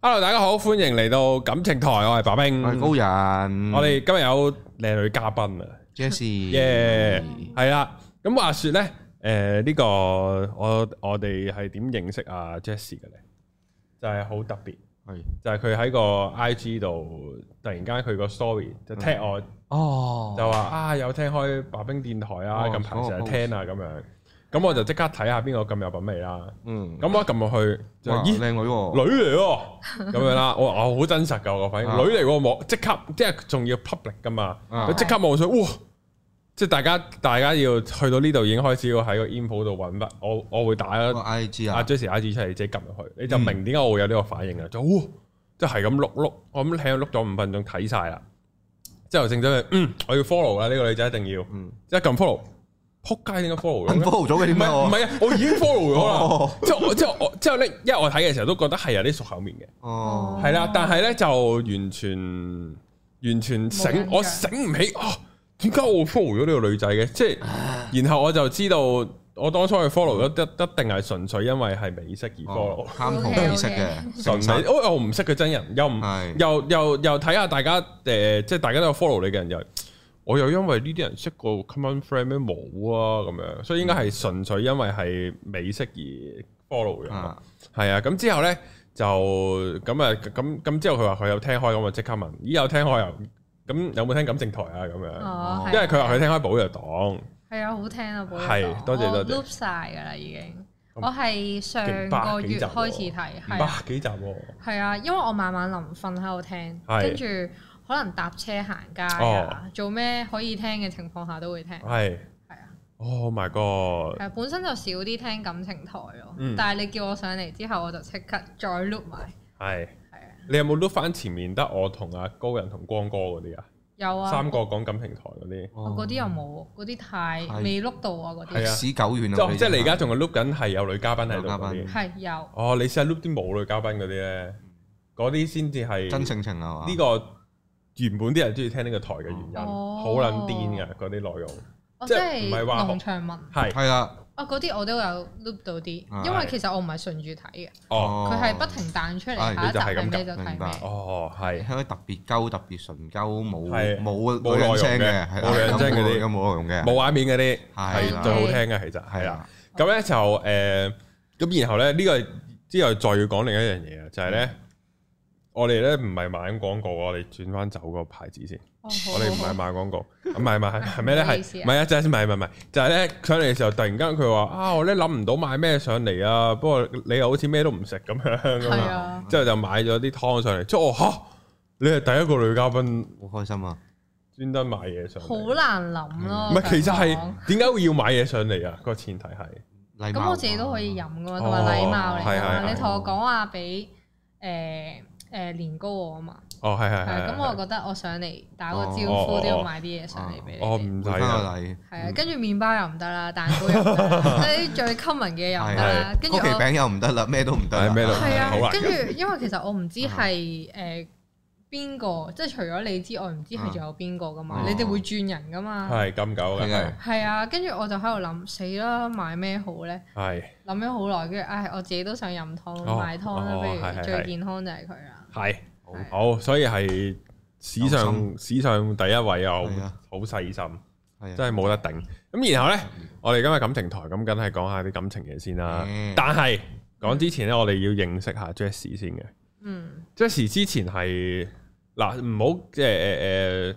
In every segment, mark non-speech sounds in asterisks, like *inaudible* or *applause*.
Hello，大家好，歡迎嚟到感情台，我係白冰，我係高人，我哋今日有靚女嘉賓啊， Jessie，耶，係啦。咁話說咧，誒呢個我我哋係點認識啊 Jessie 嘅咧？就係好特別，係就係佢喺個 IG 度突然間佢個 story 就 tag 我，嗯哦，就話啊有聽開白冰電台啊，哦近排嗰個成日聽啊咁樣。咁我就即刻睇下邊個咁有品味啦。嗯，咁我一撳落去就哇咦靚女女嚟喎，*laughs* 喎，咁樣啦，我我好真實噶我個反應，啊女嚟喎望即刻，即係仲要 public 噶嘛，啊佢即刻望上，哇！即係大家大家要去到呢度已經開始要喺個 info 度揾翻，我我會打個 I G 阿啊， Jessie I G 出嚟，自己撳入去，你就嗯明點解我會有呢個反應啊！就哇，即係咁碌碌，我咁喺度碌咗五分鐘睇晒啦，之後正仔咪嗯，我要 follow 啦，呢個女仔一定要，嗯一撳 follow，撲街點解 follow 咗嘅 unfollow 咗嘅點唔解係我唔？係啊，我已經 follow 咗啦哦。之後我之後我之後咧，因為我睇嘅時候都覺得係有啲熟口面嘅，哦，係嗯啦。但係咧就完全完全冇醒印，象我醒唔起啊，點解我 follow 咗呢個女仔嘅？即啊係然後我就知道，我當初去 follow 咗嗯一一定係純粹因為係美式而 Ờ, 哦 follow。貪圖美式嘅，純美，因為我唔識佢真人，又唔係又又又睇下大家誒，即係大家都有 follow 你嘅人，又我又因為呢啲人識個 common friend 咩冇啊咁樣，所以應該嗯係純粹因為係美式而 follow 嘅，啊係啊。咁之後咧就咁啊，咁咁之後佢話佢有聽開，咁我即刻問，咦有聽開啊？咁有冇聽感情台啊？咁樣，哦，因為佢話佢聽開寶藥黨，係啊，好聽啊，寶係麗多謝多謝 loop 晒㗎啦已經。我係上百個幾月集喎開始睇，係百啊幾集喎，係啊，因為我晚晚臨瞓喺度聽，係哦跟住可能搭車行街啊，做咩可以聽嘅情況下都會聽。係係啊，Oh my god！係啊本身就少啲聽感情台咯嗯，但係你叫我上嚟之後，我就即刻再 loop 埋。係係啊，你有冇碌翻前面得我同阿高人同光哥嗰啲啊？有啊，三個講感情台嗰啲，我嗰啲又冇，嗰啲太係未 loop 到啊，嗰係歷啲啊史久遠啊，即即係你而家仲係碌緊係有女嘉賓喺度嗰有啲嘉。係有。哦，你試下碌啲冇女嘉賓嗰啲咧，嗰啲先至係真性情啊嘛，呢個原本啲人中意聽呢個台嘅原因，哦好撚癲嘅嗰啲內容。我即即係係唔係話農場文係係啦，啊，嗰啲我都有 loop 到啊啲，因為其實我唔係順住睇嘅，哦啊 Ờ. 佢係不停彈出嚟，係下一集你係就係咩咁就明睇白咩。哦，係香港特別鳩、特別純鳩，冇係冇冇冇內容人聲嘅嘅，係啦冇人聲嗰啲冇內容冇內容嘅，冇畫面嗰啲係啊係啦最好聽嘅，其實係啊係啦啦。，咁咧就誒，咁然後咧呢個之後再要講另一樣嘢啊，就係咧我哋咧唔係賣緊廣告，我哋轉翻走個牌子先。我我哋唔係賣 *laughs* 廣告，唔係唔係係咩咧？唔好意係思唔啊係啊？就係唔係唔係唔係，就係咧上嚟嘅時候，突然間佢話啊，我咧諗唔到買咩上嚟啊，不過你又好似咩都唔食咁樣咁係樣，啊，之後就買咗啲湯上嚟。即係我嚇，你係第一個女嘉賓好開心啊！專登買嘢上好嚟，難諗咯。嗯唔係其實我想講係點解會要買嘢上嚟啊？個前提係禮貌咁，我自己都可以飲噶嘛，同哦埋禮貌嚟係係㗎嘛。係你同我講話俾誒誒年糕我啊嘛，哦係係係啊係，咁我係覺得我上嚟打個哦招哦呼都哦要買啲嘢上嚟俾你哦哋。唔回使翻啊，個禮，係啊，跟住麵包又唔得啦，蛋糕又唔得 *laughs* 啦，啲最 common 嘅又唔得啦，跟住曲奇我。餅又唔得啦，咩都唔得啦，係咩都唔得係好難啊啊，跟㗎住因為其實我唔知係誒邊個，即係除咗你之外，唔知係仲有邊個噶嘛？嗯你哋會轉人噶嘛？啊係咁狗嘅係係嘅係啊，跟住我就喺度諗，死啦，買咩好咧？係諗咗好耐，跟住唉，我自己都想飲哦湯，買湯啦，哦不係係如係最健康就係佢啦。係係好，所以係史上史上第一位啊，我係啊好細心。係真係冇得頂。咁然後呢，我哋今日感情台咁，梗係講下啲感情嘢先啦。嗯但係講之前呢，我哋要認識下 Jessie 先嘅。嗯， Jessie 之前係嗱，唔好即係誒誒，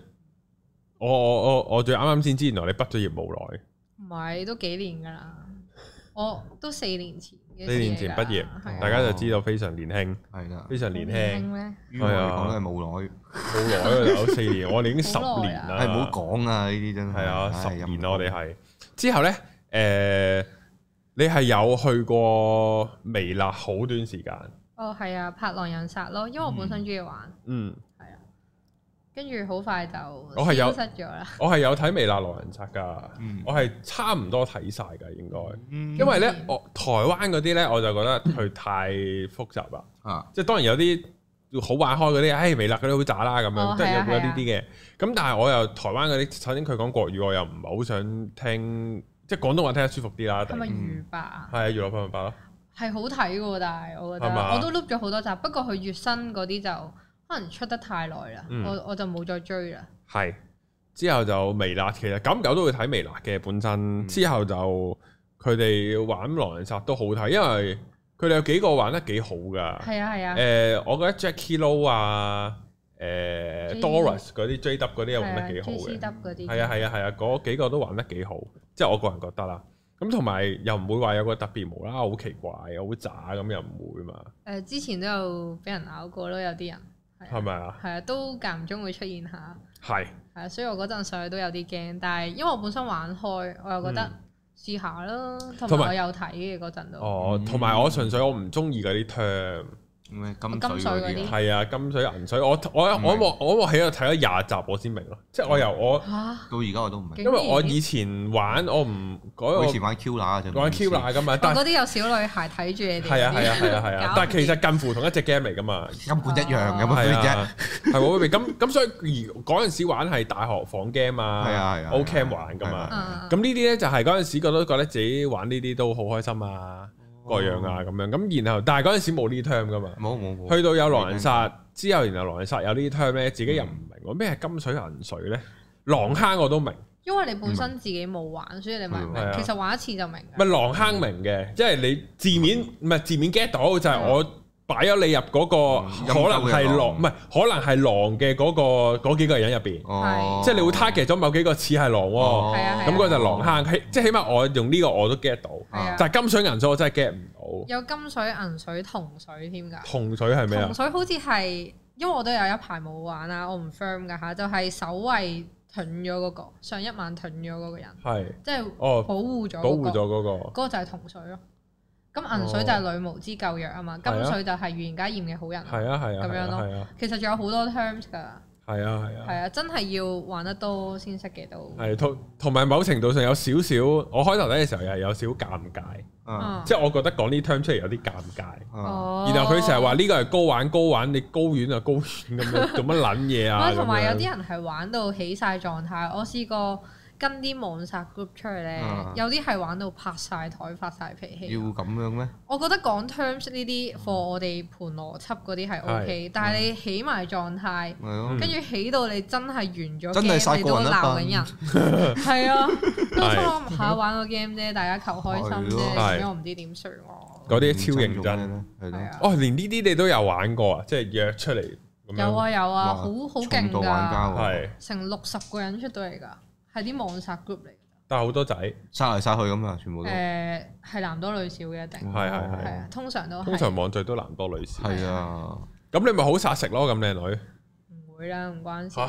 我我我我最啱啱先知，原來你畢咗業冇耐，唔係都幾年噶啦，我都四年前嘅事嚟㗎啦，四年前畢業係啊，大家就知道非常年輕，係啦非，常年輕。好咩？於我嚟講都係冇內。冇耐啊，有四年，我哋已經十好耐年啊啦。係唔好講啊！呢啲真係係啊，唉十年陰咯公我哋係之後呢，誒，你係有去過微辣好短時間，哦，係啊，拍狼人殺咯，因為我本身中意玩，嗯。跟住好快就我係有消失咗啦。我係有睇《微辣狼人殺》噶，嗯我係差唔多睇晒噶，應該。嗯因為咧，我台灣嗰啲咧，我就覺得佢太複雜啦。啊，即係當然有啲好玩開嗰啲，唉，微辣嗰啲好渣啦咁哦樣，即係係啊有有呢啲嘅。咁但係我又台灣嗰啲，首先佢講國語，我又唔係好想聽，即係廣東話聽得舒服啲啦。係咪係魚吧？啊，娛樂百分百咯，係好睇嘅喎，但係我覺係得嘛我都 loop 咗好多集，不過佢越新嗰啲就可能出得太耐啦，嗯我我就冇再追啦。係之後就微辣，其實久唔久都會睇微辣嘅本身。之後就佢哋玩狼人殺都好睇，因為佢哋有幾個玩得幾好噶。係啊係啊，诶、我覺得 Jackie Lou 啊，诶、 J- Doris 嗰啲 J W 嗰啲又係玩啊得幾好 J 嘅 C。W 嗰啲係啊係啊係啊，嗰幾個都玩得幾好，即係我個人覺得啦。咁同埋又唔會話有個特別無啦啦好奇怪、啊好渣咁又唔會嘛，誒之前都有俾人咬過咯，有啲人係係啊咪啊？係啊，都間唔中會出現下。係係啊，所以我嗰陣上去都有啲驚，但係因為我本身玩開，我又覺得試下啦，嗯同同埋埋我有睇嘅嗰陣都，哦嗯，同埋我純粹我唔中意嗰啲 term，咩金水金水嗰嗰啲啲啊係啊金水銀水，我我嗯我我我我喺度睇咗廿集我先明咯，即係我由我嚇到而家我都唔明。因為我以前玩我唔我以嗰前玩 Q 乸啊，就個玩 Q 啦噶嘛，我但嗰啲有小女孩睇住你哋嗰啲，係啊係啊係啊係啊，但係其搞唔掂實近乎同一隻 game 嚟噶嘛，根本一樣咁嘛，係佢啫。啊，係冇分別。咁咁所以而嗰陣時玩係大學房 game 啊，係啊係啊 o cam 玩噶嘛係。嗯咁呢啲咧就係嗰陣時覺得覺得自己玩呢啲都好開心啊，哦各樣啊咁樣。咁然後但係嗰陣時冇呢 term 噶嘛，冇冇冇，去到有狼人殺之後，然後狼人殺有呢 term 咧，自己又唔明喎咩係金水銀水咧？狼坑我都明，因為你本身自己冇玩，所以你咪唔嗯係明啊。其實玩一次就明咪㗎。狼坑明嘅，即係你字面唔係字面 get 到，就係我擺咗你入嗰個嗯可能係陰溝嘅狼，狼唔係可能係狼嘅嗰個嗰幾個人入邊。哦，即係你會 target 咗某幾個似係狼喎，哦係啊係啊咁嗰個就狼坑，起即係起碼我用呢個我都 get 到，係啊但係金水銀水我真係 get 唔有金水、銀水、銅水添㗎到，。紅水係咩啊銅？水好似係，因為我都有一排冇玩啊啦，我唔 firm 㗎嚇，就係守衞盾咗嗰個，上一晚盾咗嗰個人，係即係哦保護咗保護嗰咗個。嗰個嗰個就係銅水咯。咁銀水就係女無知救藥啊嘛，金係啊水就係預言家厭嘅好人。係啊係啊咁係樣啊咯係啊其實仲有好多 terms 㗎，係啊係係啊啊，真係要玩得多先識嘅都。係啊同同埋某程度上有少少，我開頭睇嘅時候又係有少少尷尬，啊，即係我覺得講呢 term 出嚟有啲尷尬。哦，哦。然後佢成日話呢個係高玩高玩，你高遠啊就高遠咁 *laughs* 樣，做乜撚嘢啊？喂，同埋有啲人人係玩到起晒狀態，我試過跟啲網殺 group 出去咧，啊有啲係玩到拍晒台、發晒脾氣啊要。咁樣咩？我覺得講 terms 呢啲 for 我哋盤邏輯嗰啲係 OK，但嗯係你起埋狀態。係咯嗯，跟住起到你真係完咗真係殺 game，你都過人一鬧緊 *laughs* 人，係啊，都係初下玩個 game 啫，大家求開心係啫，咯咁樣我唔知點算我。嗰啲超認真。真係係啊，哦，連呢啲你都有玩過啊？即係約出嚟咁樣。有啊有啊，哇好好勁重度玩家㗎，喎係，成六十個人出到嚟㗎，係啲網殺 group 嚟但係好多仔，殺嚟殺去咁啊，全部㗎。都誒係男多女少嘅一嗯定，係係係係啊，通常都通係常網聚都男多女少。係啊，咁你咪好殺食咯，咁靚女。唔會啦，唔關事嚇。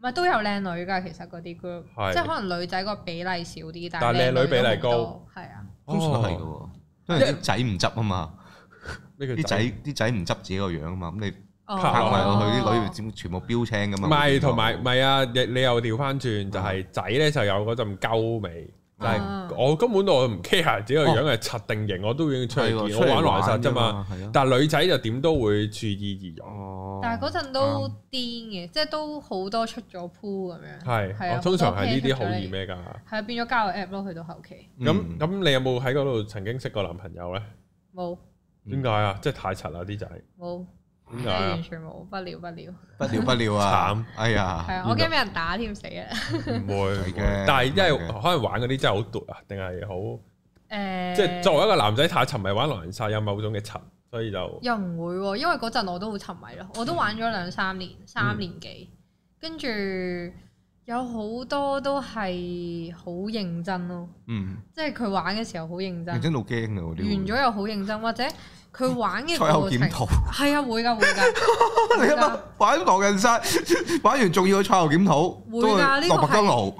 唔係都有靚女㗎，其實嗰啲 group，係即係可能女仔個比例少啲，但但係係靚女女比都例好高多，係啊。通常都係嘅哦喎，因為啲仔唔執啊嘛，呢個啲仔啲仔唔執自己個樣啊嘛，咁你哦拍拍埋落去啲女全部標青咁唔啊，係，同埋唔係啊！你你又調翻轉，就係仔咧就有嗰陣鳩味，但啊嗯係我根本我唔 care 自己個樣係柒定型，我都已經出去係喎見，出我嚟玩狼人殺玩啫啫嘛。嘛係啊但係女仔就點都會注意儀容，哦但係嗰陣都啱癲嘅，即係都好多出咗 pool 咁樣。係哦啊我通常係呢啲好多好 pair 易出咗嚟咩㗎？係啊，變咗交友 app 咯，去到後期嗯咁咁你有冇喺嗰度曾經識過男朋友咧？冇嗯點解啊？即係太柒啦啲仔，冇，點真解係啊完？全冇，不了不了。不了不了啊！慘哎係呀，啊，我驚俾人打添死啊！唔會係嘅唔會但係因為係嘅可能玩嗰啲真係好毒啊，定係好誒，即係作為一個男仔太沉迷玩狼人殺有某種嘅沉，所以哦就又唔會喎，因為嗰陣我都好沉迷咯，嗯我都玩咗兩三年，三年幾，跟住有好多都係好認真咯，嗯，即係佢玩嘅時候好認真認，真到驚啊！我完啲會咗又好認真，或者 *laughs* 佢玩嘅賽後過程檢討，係啊會㗎會㗎， *laughs* 你諗下玩狼人殺，玩完仲要去賽後檢討，會㗎都呢會個落麥當勞，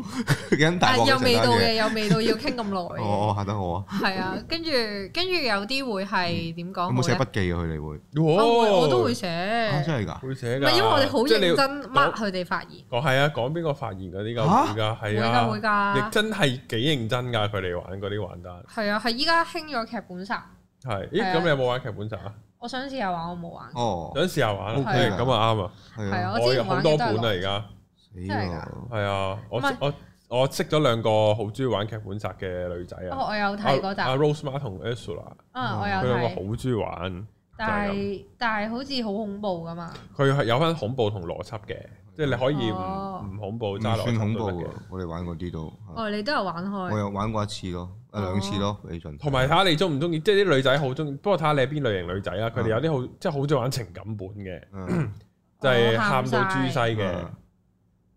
*laughs* 咁大但鑊啊係有成味單道嘅，嘢。有味道要傾咁耐 *laughs* 嘅。哦，嚇得我啊！係啊，跟住跟住有啲會係點嗯有講冇寫好咧？筆記啊？佢哋會我會哦我都會會啊，寫，真係㗎！會寫唔㗎。係因為我哋好即係你認真 mark 佢哋發言，講係啊，講邊個發言嗰啲嚇㗎會㗎，會係㗎會啊，亦㗎，真係幾認真㗎。佢哋玩嗰啲玩單係啊係依家興咗劇本殺，係。係咦？啊咁你有冇玩劇本集啊？我想試下玩，我冇玩，哦，想試下玩啊 OK 誒咁啊啱啊！係係啊，啊，我我之有前好玩多嘅本啊，都而係家死真係咯！係啊，我唔係我我識咗兩個好中意玩劇本殺嘅女仔啊。哦，我有睇嗰集阿，Rosemar 同 Ursula，啊，我有佢兩個睇，好中意玩，但就係係但係好似好恐怖啊噶嘛，佢係有翻恐怖同邏輯嘅，即係你可以哦唔唔恐怖唔揸邏算輯恐怖都得嘅嘅。，我哋玩過啲都，啊哦，你都有玩我開，有玩過一次咯，誒兩次咯，李俊。啊同埋 *clears throat* 睇下你中唔中意，即係啲女仔好中意，不過睇下你係邊類型女仔啊啦。佢啊哋有啲好即係好中意玩情感本嘅，嗯就係我喊到哦晒豬西嘅嗯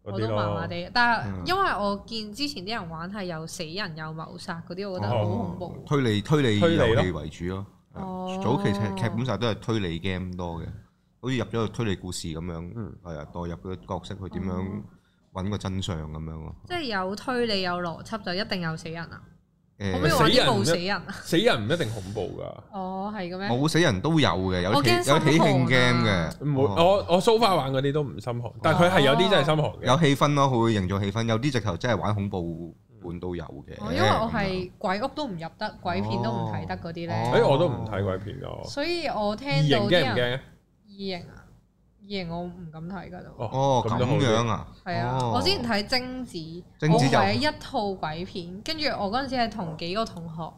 嗰我啲都麻麻咯。地，但嗯係因為我見之前啲人玩係有死人有謀殺嗰啲，我覺得啊好恐怖。推理推理哦推理咯遊戲為主咯。啊哦早期劇劇本殺都係推理 game 多嘅，好似入咗個推理故事咁樣，嗯係啊，代入個角色去點樣哦揾個真相咁樣咯。即係有推理有邏輯就一定有死人啊！可唔可以話誒，玩啲冇死死人人啊？死人唔一定恐怖㗎。哦，係嘅咩？冇死人都有嘅，有我喜驚有喜慶心寒啊 game 嘅，哦唔會，我我 so far 玩嗰啲都唔心寒，但係佢係有啲真係心寒嘅。有氣氛咯，佢會營造氣氛。有啲直頭真係玩恐怖本都有嘅。哦，因為我係鬼屋都唔入得，鬼片都唔睇得嗰啲哦咧，誒，我都唔睇鬼片㗎。所以我聽異形到啲驚唔人哦驚？異形啊，異形我唔敢睇㗎都。哦咁都好啲樣啊，係啊，哦我之前睇貞子，貞子就我睇一套鬼片，跟住我嗰陣時係同幾個同學，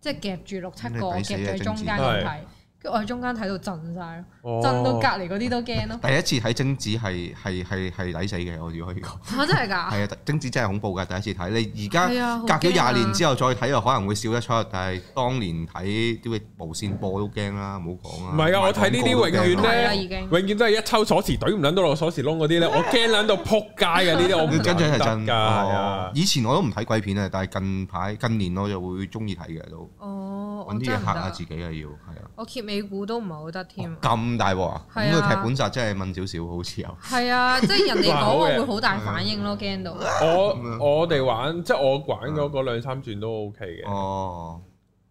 即係夾住六七個咁你夾抵死啊住喺中間貞咁子睇，跟住我喺中間睇到震晒咯，哦震到隔離嗰啲都驚咯。第一次睇貞子係係係係抵死嘅，我只可以講。 *laughs* 嚇真係㗎？係啊，貞子真係恐怖㗎，第一次睇。你而家係啊，隔咗廿年之後，後再睇又可能會笑得出，但係當年睇啲無線播都驚啦，唔好講啦。唔係啊我睇呢啲賣廣告都永遠驚呢啦係啊啦已經永遠都係一抽鎖匙懟唔撚到落鎖匙窿嗰啲咧，我驚撚到撲街嘅呢啲，我唔跟住係㗎，真係啊哦。以前我都唔睇鬼片啊，但係近排近年我就會中意睇嘅都，哦，我揾啲真嘢嚇係下唔自得，己啊要，係啊。我揭美股都唔係好得添。咁大鑊啊！係啊咁個劇本集真係問少少，好似有。*laughs* 係啊，即係人哋哇講好我嘅會好大反應咯，嗯驚到。我我哋玩即係我玩嗰嗰兩三轉都 OK 嘅，哦，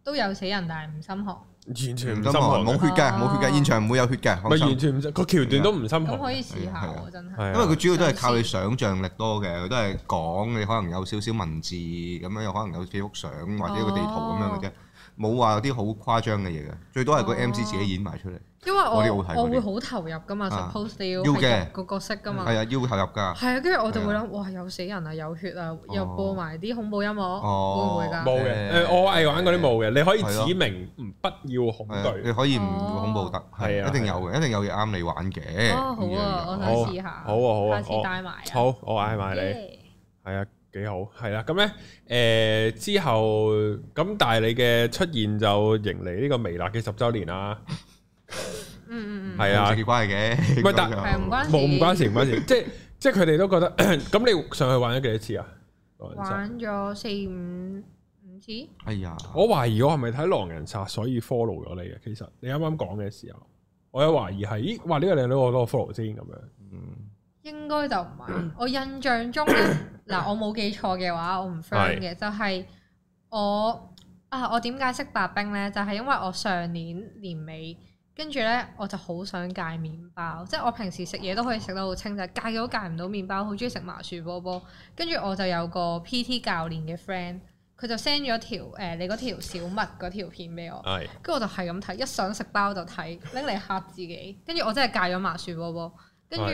都有死人，但係唔心寒。完全唔心唔得寒嗯冇嘅，血嘅，冇血嘅，哦現場唔會有血嘅，唔放係心完。全唔心個橋段都唔心咁可寒，以試下係啊喎，真係啊係。因為佢主要都係靠你想像力多嘅，佢都係講你可能有少少文字咁樣，有可能有幾幅相或者一個地圖咁樣嘅啫，冇話有啲好誇張嘅嘢嘅，最多係個哦 MC 自己演埋出嚟，因為我我啲好睇嗰啲我會好投入噶嘛啊，suppose 你要要係嘅入個角色噶嘛。係啊，要投入㗎。係啊，跟住我就會係啊諗，哇，有死人啊，有血啊，又播埋啲恐怖音樂，會唔會㗎？冇嘅。誒誒，我係玩嗰啲冇嘅，你可以係咯指明唔不要恐係啊懼你。可以唔會恐怖得，係啊係一定有嘅，一定有嘢啱你玩嘅。哦，好啊，我想好試下，好啊好啊下次我帶埋啊，好，我嗌埋你。耶係啊，幾好，係啦、咁咧，誒、之後咁，但係你嘅出現就迎嚟呢個微辣嘅十週年啦，嗯嗯嗯，係啊奇怪嘅，唔係但係唔關事冇唔關事，唔關事，即係即係佢哋都覺得， *clears throat* 咁你上去玩咗幾多次啊？狼人殺，玩咗四五五次，哎呀，我懷疑我係咪睇狼人殺所以 follow 咗你嘅？其實你啱啱講嘅時候，我有懷疑係，咦，哇，呢、個靚女我攞 follow 先咁樣，嗯應該就唔係。我印象中咧，嗱，我冇記錯嘅話，我唔 friend 嘅，就係我啊，我點解識白冰咧？就係因為我上年年尾。跟住咧，我就好想戒麵包，即係我平時食嘢都可以食得好清，就係戒都戒唔到麵包，好中意食麻薯波波。跟住我就有個 PT 教練嘅 friend，佢就 send 咗條誒、呃你嗰條小麥嗰條片俾我，係跟住我就係咁睇，一想食包就睇，拎嚟嚇自己。跟住我真係戒咗麻薯波波，跟住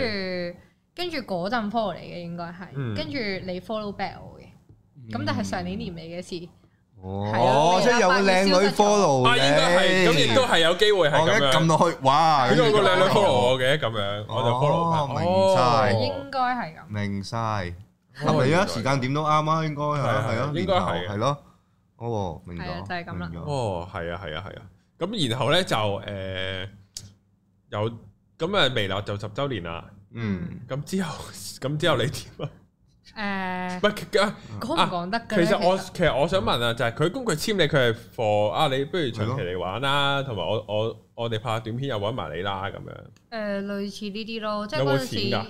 跟住嗰陣 follow 嚟嘅應該係，嗯跟住你 follow back 我嘅，嗯咁但係上年年尾嘅事，係哦啊，即係有個你靚阿女伯要消失咗 follow 啊，應該係，咁亦都你係有機會係我一咁撳樣，落去，哇！點解有個靚女跟住就 follow 我嘅咁樣，我就 follow 哦返明哦晒應該係咁。明晒。合理啊，時間點都啱啊，應該係係係啊，應該係年頭係咯。哦，明係啊咗，就係咁啦明咗。哦，係啊，係啊，係啊。咁然後咧就誒、呃有咁啊，微辣就十週年啦。嗯，咁之後，咁之後你點啊？誒唔，係，啊講唔講得嘅其咧？實我其實我想問啊，就係佢工具簽你，佢係 for 啊，你不如長期嚟玩啦，同埋我我我哋拍短片又揾埋你啦，咁樣誒類似呢啲咯，即係有冇嗰陣時錢㗎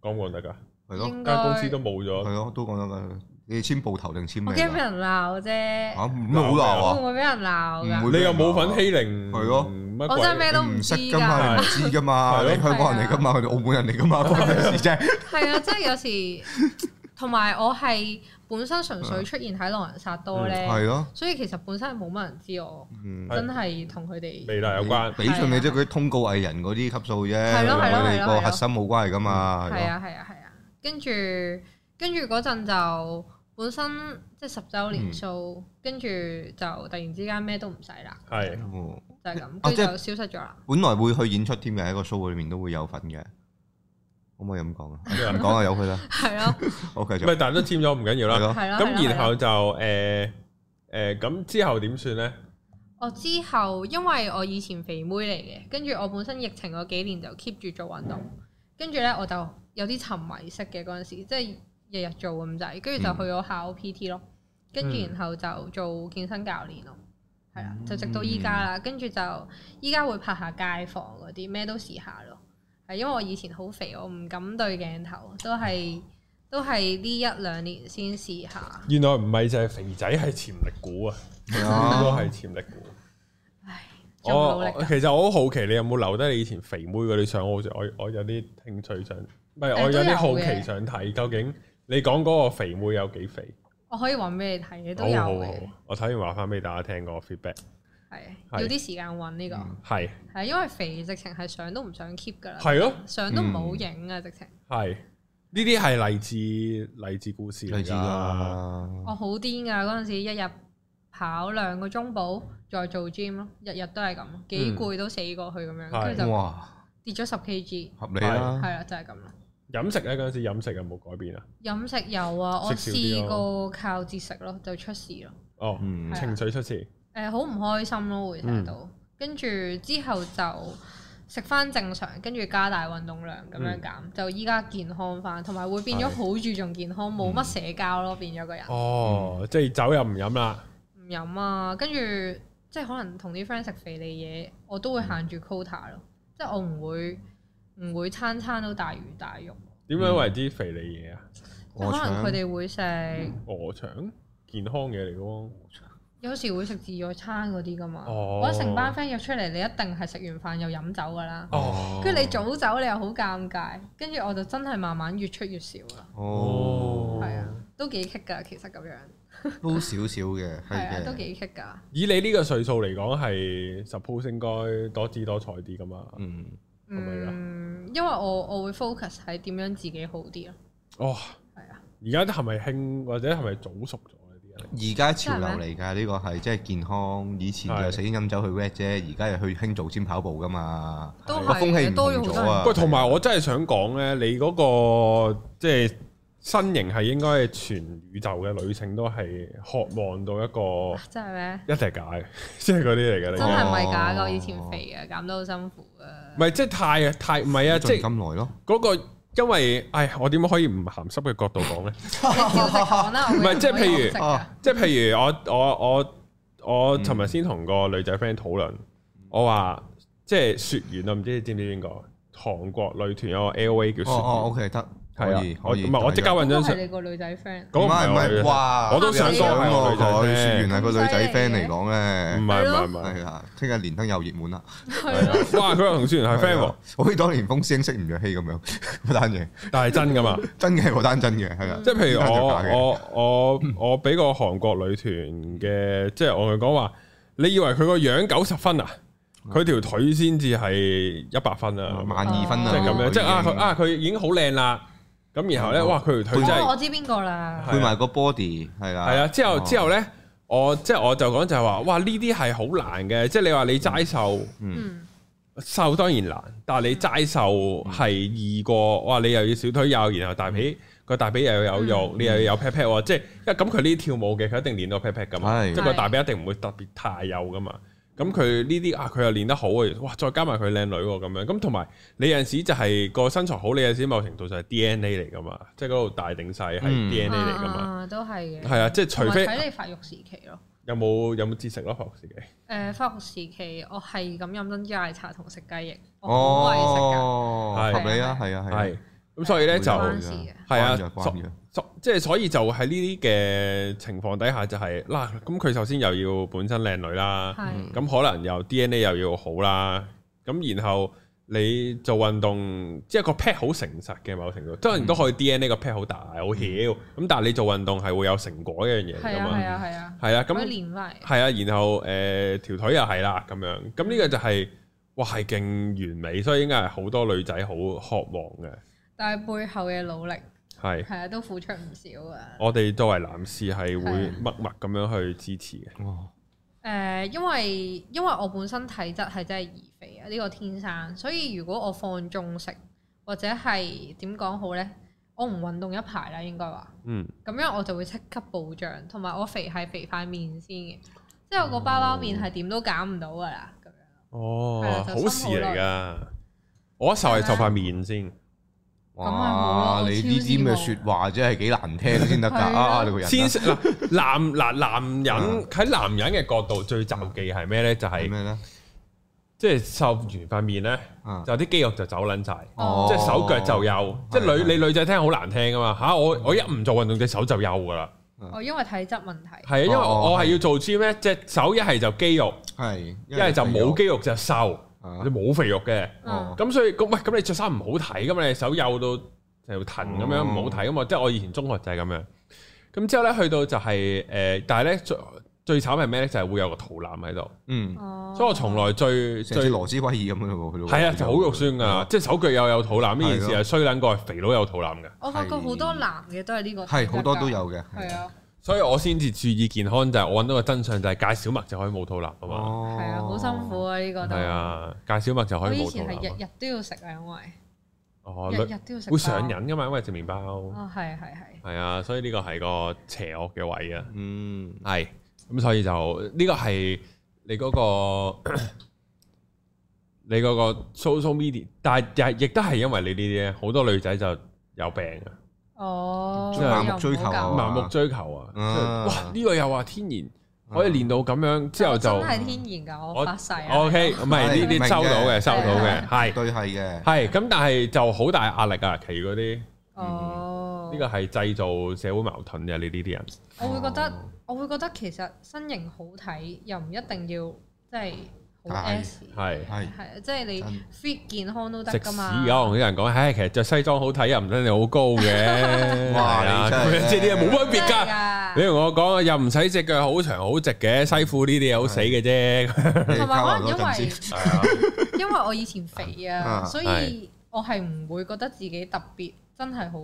講唔講得㗎？係咯，應該間公司都冇咗係，咯，都講得㗎。你簽報頭定簽咩我驚俾㗎？人鬧啫，嚇唔好鬧會啊！唔會俾人鬧唔㗎會？你又冇份欺凌，係咯乜我鬼真係咩都你唔唔識知㗎嘛，你㗎唔。知㗎嘛，係咯你香港人嚟㗎嘛，佢哋澳門人嚟㗎嘛，關咩 *laughs* 事啫？係啊，即係有時同埋我係本身純粹出現喺狼人殺多係嗯咧，咯，所以其實本身係冇乜人知我，嗯係。真係同佢哋微辣有關。俾盡你啫，佢通告藝人嗰啲級數啫，係咯係咯同我哋係咯個係咯核心冇關係㗎嘛。係係咯啊係啊係啊，跟住跟住嗰陣就本身即係十週年嗯 show，跟住就突然之間咩都唔使啦，係哦就係咁，哦跟即住係就消失咗啦。本來會去演出添嘅，喺個 show 裏面都會有份嘅，可唔可以咁講啊？咩啊唔講啊，由佢啦。係咯，我繼 *laughs* 唔續係，但係都簽咗唔緊要係啦。咯，係咯。係咯咁然係後咯就誒誒，咁之後點算咧？我之後因為我以前肥妹嚟嘅，跟住我本身疫情嗰幾年就 keep 住做運動，跟住咧我就有啲沉迷式嘅嗰陣時，即係日日做咁滯，跟住就去咗考 PT 咯，跟住嗯然後就做健身教練咯。係啦，就直到嗯依家啦，跟住就依家會拍下街房嗰啲，咩都試下咯。係因為我以前好肥，我唔敢對鏡頭，都係都係呢一兩年先試下。原來唔係就係肥仔係潛力股啊，係都啊，係潛力股。唉，仲努我力哦我哎㗎。其實我好好奇你有冇留低你以前肥妹嗰啲相，我我我有啲興趣想，唔係誒我有都啲有好奇嘅想睇，究竟你講嗰個肥妹有幾肥？我可以揾俾你睇嘅，都好有好好嘅。，我睇完話翻俾大家聽個 feedback，係係要啲時間揾呢個，係係因為肥直情係想都唔想 keep 噶啦，係嗯咯，相都唔好影啊直情。係呢啲係勵志勵志故事嚟類似㗎，㗎。我好癲噶嗰陣時，一日跑兩個鐘步，再做 gym 咯，日日都係咁，幾攰都死過去咁樣，嗯係啊跟住就哇，跌咗十 kg，合理啦。係啦就係咁啦。飲食咧嗰陣時飲食有冇改變啊？飲食有啊，我食少啲試咯過靠節食咯，就出事咯。哦，嗯係啊情緒出事，誒好唔開心咯，會睇到。跟住之後就食翻正常，跟住加大運動量咁樣減，就依家健康翻，同埋會變咗係好注重健康，冇乜社交咯，變咗個人哦，即係酒又唔飲啦，唔飲啊，跟住即係可能同啲 friend 食肥膩嘢，我都會限住 quota 咯，即係我唔會唔會餐餐都大魚大肉，點樣為之肥你嘢啊？即係我可能腸佢哋會食，鵝腸健康嘢嚟嘅喎，有時會食自助餐嗰啲噶嘛。哦我成班 friend 約出嚟，你一定係食完飯又飲酒噶啦。哦，跟住你早走，你又好尷尬，跟住我就真係慢慢越出越少啦，哦，係啊，都幾棘㗎，其實咁樣，都少少嘅，係啊係，都嘅。幾棘㗎。以你呢個歲數嚟講，係 suppose 應該多姿多彩啲噶嘛？嗯，係咪㗎嗯，因為我我會 focus 喺點樣自己好啲咯，哦，係啊，而家係咪興或者係咪早熟咗呢啲啊人？而家潮流嚟㗎，呢個係即係健康。以前就係死飲酒去 wet 啫，而家又去興做尖跑步㗎嘛。都係個係風氣嘅唔多同咗好咗多人啊。喂，同埋我真係想講咧，你嗰、個即係身形係應該係全宇宙嘅女性都係渴望到一個啊，真係咩？一隻解， *laughs* 即係嗰啲嚟嘅。你真講係唔係假㗎，我以哦前肥啊，減得好辛苦 *laughs* 啊唔。係即係太太唔係啊！即係盡咁耐咯。嗰、個因為，唉，我點可以唔鹹濕嘅角度講咧？你照直講啦，唔係即係譬如哦如即係譬如我我我我嗯尋日先同個女仔 friend 討論，我話即係雪原啊，唔知你知唔知邊個？韓國女團有個 L A 叫雪哦哦原， ，OK 得，係可以啊，我可唔以。係我即刻我揾張係相，你個女仔 friend，嗰個唔係唔係，唔哇！我都想講講係嗯喎，我女佢仔雪原係個女仔咁犀 friend 利嘅嚟講咧，係唔係唔係，係啊，聽日連登又熱門啦。啊係咯，哇！佢話同雪原係 friend 喎，好似當年風聲識唔若曦咁樣嗰單 *laughs* 嘢，但係真噶嘛？真嘅嗰單真嘅係啊，即係譬如呢單就假嘅我我我我俾個韓國女團嘅，即係我同佢講話，你以為佢個樣九十分啊？佢條腿先至係一百分啊！萬二分啊，即係咁樣，即係啊已經佢啊佢已經好靚啦。咁然後咧，嗯哇佢條腿真哦係我知邊個啦，係啊配埋個 body 係啦，係啊！之後哦之後咧，我即係我就講就係話，哇呢啲係好難嘅，即係你話你齋瘦嗯，瘦當然難，但嗯係你齋瘦係易過哇！你又要小腿幼，然後大嗯髀個大髀又有肉，你又有 pat pat 喎，即係因為咁佢呢啲跳舞嘅，佢一定練到 pat pat 噶嘛，係即係個大髀一定唔會特別太幼噶嘛。咁佢呢啲啊，佢又練得好啊！哇，再加埋佢靚女喎，咁樣咁同埋你有陣時就係個身材好，你有陣時某程度上係 DNA 嚟噶嘛，即係嗰度大定細係嗯 DNA 嚟噶嘛，啊，都係嘅，係啊，即係同除埋非睇你發育時期咯。有冇有冇節食咯，學自己誒發育時期，我係咁飲珍珠奶茶同食雞翼，我哦好為食㗎，哦，係合理啊，係啊，係係啊，咁，所以咧就關係事嘅啊，關咗關咗所即係所以就喺呢啲嘅情況底下就係、嗱，咁佢首先又要本身靚女啦，係咁可能又 DNA 又要好啦，咁然後你做運動，即係個 pat 好誠實嘅某程度，當然嗯都可以 DNA 個 pat 好大好翹，咁、但係你做運動係會有成果一樣嘢係噶嗯啊係嘛，啊係啊，係啊，咁咁連埋係啊，然後誒、呃、條腿又係啦咁樣，咁呢個就係、哇係勁完美，所以應該係好多女仔好渴望嘅。但係背後嘅努力係係啊，都付出唔少啊。我哋作為男士係會係默默咁樣去支持嘅。哇，誒、因為因為我本身體質係真係易肥啊，呢、個天生，所以如果我放縱食或者係點講好呢？我唔運動一排啦，應該話，嗯，咁樣我就會即刻暴漲，同埋我肥係肥塊面先嘅，即係我個包包面係點都減唔到㗎啦，咁樣哦係啊，就好心事嚟好噶。我一受係係受咩塊面先，咁咪好哇！咯你超呢啲咁嘅羨説慕話真係幾難聽先得㗎係啊啊！你個人先 *laughs* 嗱男嗱男人喺男人嘅角度最就忌係咩咧？就係係咩咧？即係瘦完塊面咧，啊就啲肌肉就走撚晒。哦即係手腳就有，幼，即係係女你女仔聽好難聽噶嘛嚇！我我一唔做運動隻手就幼噶啦，我因為體質問題，係啊，因為哦我係要做 gym 咧，隻手一係就肌肉，係一係就冇肌肌肉就瘦，啊你冇肥肉嘅，嗯哦咁所以咁喂咁你着衫唔好睇噶嘛，你手幼到就騰咁樣哦唔好睇噶嘛，即係我以前中學就係咁樣。咁之後咧去到就係誒，但係咧最最慘係咩咧？就係會有個肚腩喺度，嗯，哦所以我從來最成最似羅斯威爾咁樣喎，去到係啊就好肉酸噶，即係手腳又有肚腩呢件事係衰撚過係肥佬有肚腩㗎。我發覺好多男嘅都係呢個體質係好多㗎都，有嘅，係啊，所以我先至注意健康，就係、我揾到個真相，就係戒小麥就可以冇肚腩啊嘛。哦係啊，好辛苦啊呢個都。係，啊，戒小麥就我可以以冇肚前腩係啊。日日都要食啊，因為哦，日女日都要食。會上。癮噶嘛，因為食麵包。哦，係係係。係啊，所以呢個係個邪惡嘅位啊。嗯，係，咁所以就呢、個係你嗰、個 *coughs* 你嗰個 social media，但係亦都係因為你呢啲咧，好多女仔就有病啊。哦，即係盲目追求啊啊！盲目追求啊！即啊係哇，呢個又話天然可以練到咁樣，之後就真係天然㗎，我發誓啊。 O K，唔係呢嗯明啲嘅收到嘅，收到係嘅，係對係嘅，係咁，但係就好大壓力啊！其餘嗰啲哦，嗯呢個係製造社會矛盾嘅，你呢啲人我會覺得，我會覺得其實身形好睇，又唔一定要即係好係 S。係係係啊，即係你真 fit 健康都得食屎！㗎啊嘛。而家同啲人講，唉，其實着西裝好睇啊又唔使你好高嘅， *laughs* 哇係啊你真係 *laughs* 咁樣即係啲嘢冇分別真係啊㗎。㗎你。同我講啊，又唔使只腳好長好直嘅，西褲呢啲嘢好死嘅啫。你同埋可交能流因多陣為先係啊因為我以前肥啊， *laughs* 啊所以係我係唔會覺得自己特別真係好，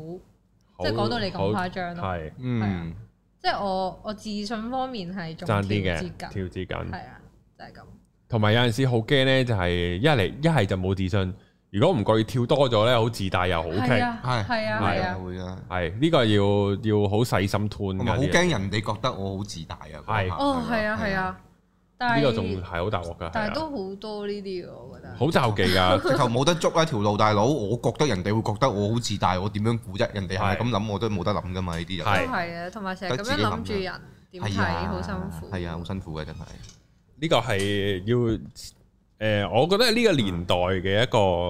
即係講到你咁誇張咯。係嗯，即係我我自信方面係仲爭啲調嘅節緊，調節緊。係啊，就係咁。同埋有陣時好驚咧，就係一嚟一係就冇自信，如果唔覺意跳多咗咧，好自大又好棘。係啊，係係啊，會係啊啊，會啊，係呢個要要好細心吞同㗎。埋好呢驚人哋覺得我好自大啊，係哦，係啊，係，啊，個但呢個仲係係好大鑊㗎，但係係啊都好多呢啲嘅，我覺得。好就忌㗎。直頭冇得捉啊條路，大佬，我覺得人哋會覺得我好自大，我點樣估啫？人哋係咪係咁諗，我都冇得諗噶嘛，呢啲人係都係啊，同埋成日咁樣諗住人點睇，好辛苦。係啊，好辛苦嘅真係。呢個係要誒，我覺得係呢個年代嘅一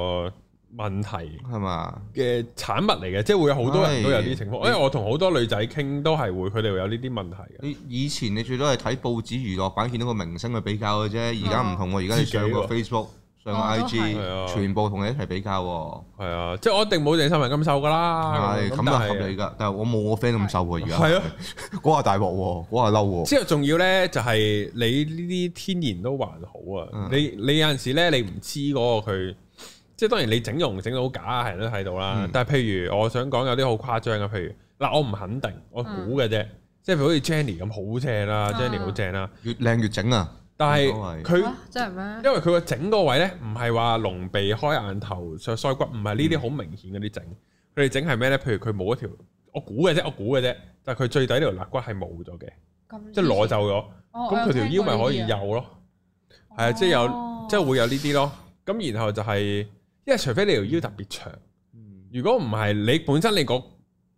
個問題係嘛？嘅產物嚟嘅，即係會有好多人都有呢啲情況。因係為我同好多女仔傾都係會，佢哋會有呢啲問題嘅。你以前你最多係睇報紙娛樂版見到個明星去比較嘅啫，而家唔同喎，而家你上個自己 Facebook、上個哦都係 IG，係啊全部同你一齊比較喎。係啊，即係我一定冇鄭秀文咁瘦㗎啦。係咁但啊係合理㗎，但係我冇我 friend 咁瘦喎，而家係啊。嗰下大鑊喎，嗰下嬲喎。之後仲要咧，就係你呢啲天然都還好啊嗯！你你有陣時咧，你唔知嗰個佢，即係當然你整容整到好假，係人都睇到啦嗯。但係譬如我想講有啲好誇張嘅，譬如嗱，我唔肯定，我估嘅嗯啫。即係譬如好似 Jenny 咁好正啦啊，Jenny 好正啦，越靚越整啊！但係嗯佢啊真係咩？因為佢個整個位咧，唔係話隆鼻、開眼頭、削腮骨，唔係呢啲好明顯嗰啲整。佢哋整係咩咧？譬如佢冇一條，我估嘅啫，我估嘅啫。但係佢最底條肋骨係冇咗嘅，咁即係攞走咗。哦咁佢條腰咪可以，啊幼咯。我係啊，有即係聽過有呢啲即係會有呢啲咯。咁然後就係、因為除非你條腰特別長，如果唔係你本身你個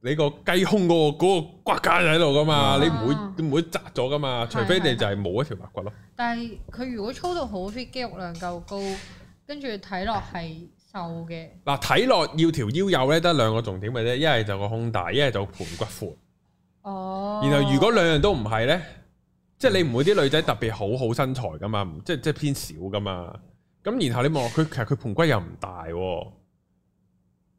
你個雞胸嗰個嗰個骨架喺度噶嘛，啊你唔會你唔會窄咗噶嘛。除非你就哦係冇一條肋骨咯。哦但係佢如果操到好 fit，肌肉量夠高，跟住睇落係瘦嘅。嗱，睇落要條腰幼咧，得兩個重點嘅啫，一係就個胸大，一係就盤骨闊。哦。然後如果兩樣都唔係咧，即係你唔會啲女仔特別好好身材噶嘛，唔即係即係偏少噶嘛。咁然後你望落佢，其實佢盆骨又唔大喎。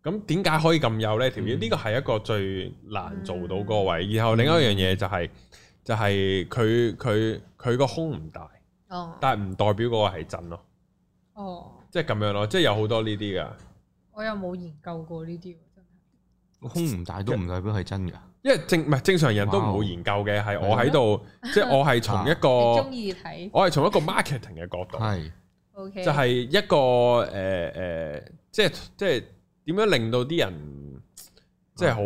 咁點解可以咁幼咧？條腰嗯呢個係一個最難做到嗰個位。然後另一樣嘢就係、就係佢佢佢個胸唔大，哦但係唔代表嗰個係真咯，哦，即係咁樣咯，即係有好多呢啲噶。我又冇研究過呢啲喎，真係。個胸唔大都唔代表係真㗎。因為正唔係正常人都唔會研究嘅，係我喺度，即係我係從一個你中意睇我係從一個 marketing 嘅角度。係？O K，就係一個誒誒、呃呃即係即係點樣令到啲人即係好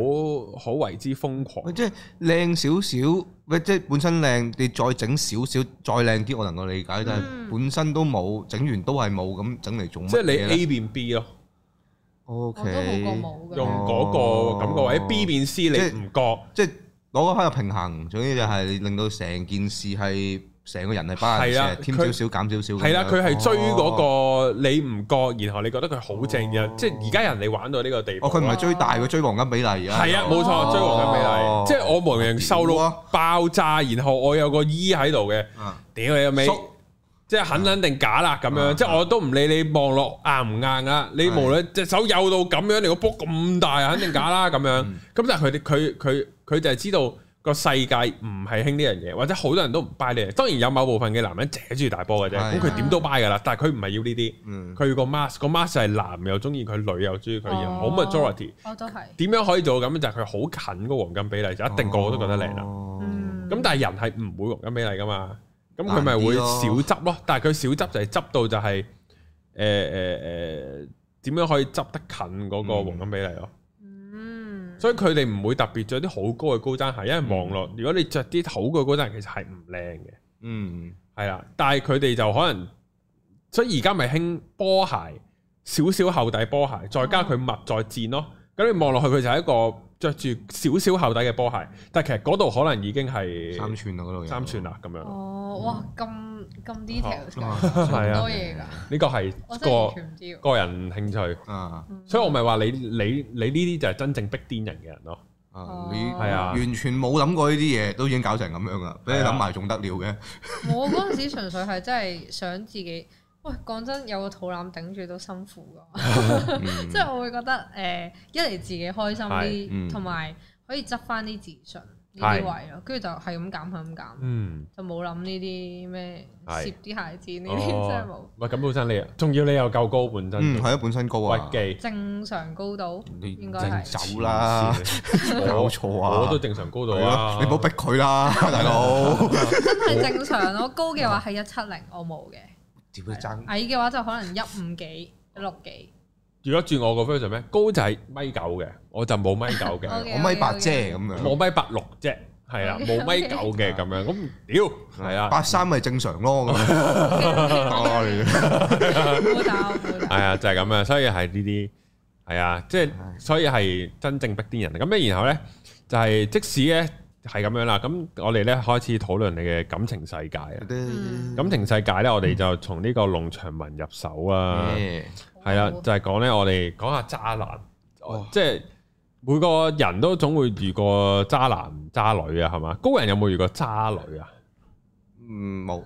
啊好為之瘋喂狂，即係靚少少，喂，即係本身靚，你再整少少，再靚啲，我能夠理解。但嗯係本身都冇，整完都係冇，咁整嚟做乜即係你嘢咧 A 變 B 咯， O 我都好 K，過冇用嘅。嗰個感覺或者 B 變 C 你即係唔覺，即係攞翻個平衡。總之就係令到成件事係成個人係巴係啦人，添佢少少減少少咁樣。係啦，佢係追嗰嗯哦。個你唔覺，然後你覺得佢好正嘅，即係而家人哋玩到呢個地步啊哦，。佢唔係追大，佢追黃金比例而家係啊，冇錯，追黃金比哦例，即係我無形瘦屌到啊爆炸，然後我有個 E 喺度嘅，啊屌你個尾叔，即係肯肯定假啦咁樣，啊即係我都唔理你望落硬唔硬啊！你係無論隻手幼到咁樣，你個波咁大，肯定假啦咁樣。嗯咁但係佢哋佢佢佢就係知道個世界唔係興呢樣嘢，或者好多人都唔 buy 呢樣嘢。當然有某部分嘅男人淨係中意大波嘅啫，咁係佢點都 buy 㗎啦。但係佢唔係要呢啲，嗯，佢要個 mask 個 mask 就係男又中意佢，女又中意佢，哦然後好 majority。我哦都係。點樣可以做到咁就係佢好近個黃金比例，就一定個個都覺得靚啦。啊哦嗯咁但係人係唔會黃金比例噶嘛，咁佢咪難啲會咯少執咯。但係佢少執就係執到就係誒誒誒點樣可以執得近嗰個黃金比例咯。嗯，所以佢哋唔會特別着啲好高嘅高踭鞋，因為望落，如果你着啲好高嘅高踭鞋，其實係唔靚嘅，嗯，係啦。但係佢哋就可能，所以而家咪興波鞋，少少厚底波鞋，再加佢襪再墊咯。咁你望落去佢就係一個着住少少厚底嘅波鞋，但係其實嗰度可能已經係三寸啊嗰度有三寸，啦咁樣。哦，哇，咁咁 detail 啊㗎，哦係咁啊多，嘢㗎，呢個係我真係完個全唔知喎。嗯個人興趣，啊所以我咪話你你你呢啲就係真正逼癲人嘅人咯。啊，你係啊完全冇諗過呢啲嘢，都已經搞成咁樣啦，俾你諗埋仲得了嘅，我嗰陣時純粹係真係想自己，喂，講真，有個肚腩頂住都辛苦㗎，嗯 *laughs* *laughs* 即係我會覺得誒、一嚟自己開心係嗯啲，同埋、可以執翻啲自信呢啲係位咯，跟住就係咁減，係咁減，嗯，就冇諗呢啲咩係攝啲鞋墊呢啲真係冇哦，。喂，咁本身你仲要你又夠高本身，嗯，係啊，本身高啊，屈記正常高度你應該係走啦， *laughs* 搞錯啊我都正常高度係啊咯，，你唔好逼 *laughs* 佢啦，大佬，真係正常咯。高嘅話係一七零，我冇嘅。屌你爭矮嘅話就可能一 *laughs* 五幾、一六幾。如果轉我個 version 咩，高就係米九嘅，我就冇米 *laughs* 九嘅， OK，OK，OK 我米八啫咁樣，我米八六啫，係 *laughs* 啦，冇米九嘅咁樣，咁屌係啊，八三咪正常咯， *laughs* 咁樣冇哎打冇打。係啊，就係咁啊，所以係呢啲係啊，即係唉所以係真正逼啲人。啊咁咧，然後咧就係即使咧係咁樣啦，咁我哋咧開始討論你嘅感情世界啊。嗯嗯感情世界咧，我哋就從呢個農場文入手啊，耶係啦，好就係講咧，我哋講下渣男哦哇，即係每個人都總會遇過渣男渣女啊，係嘛？高人有冇遇過渣女啊？嗯冇，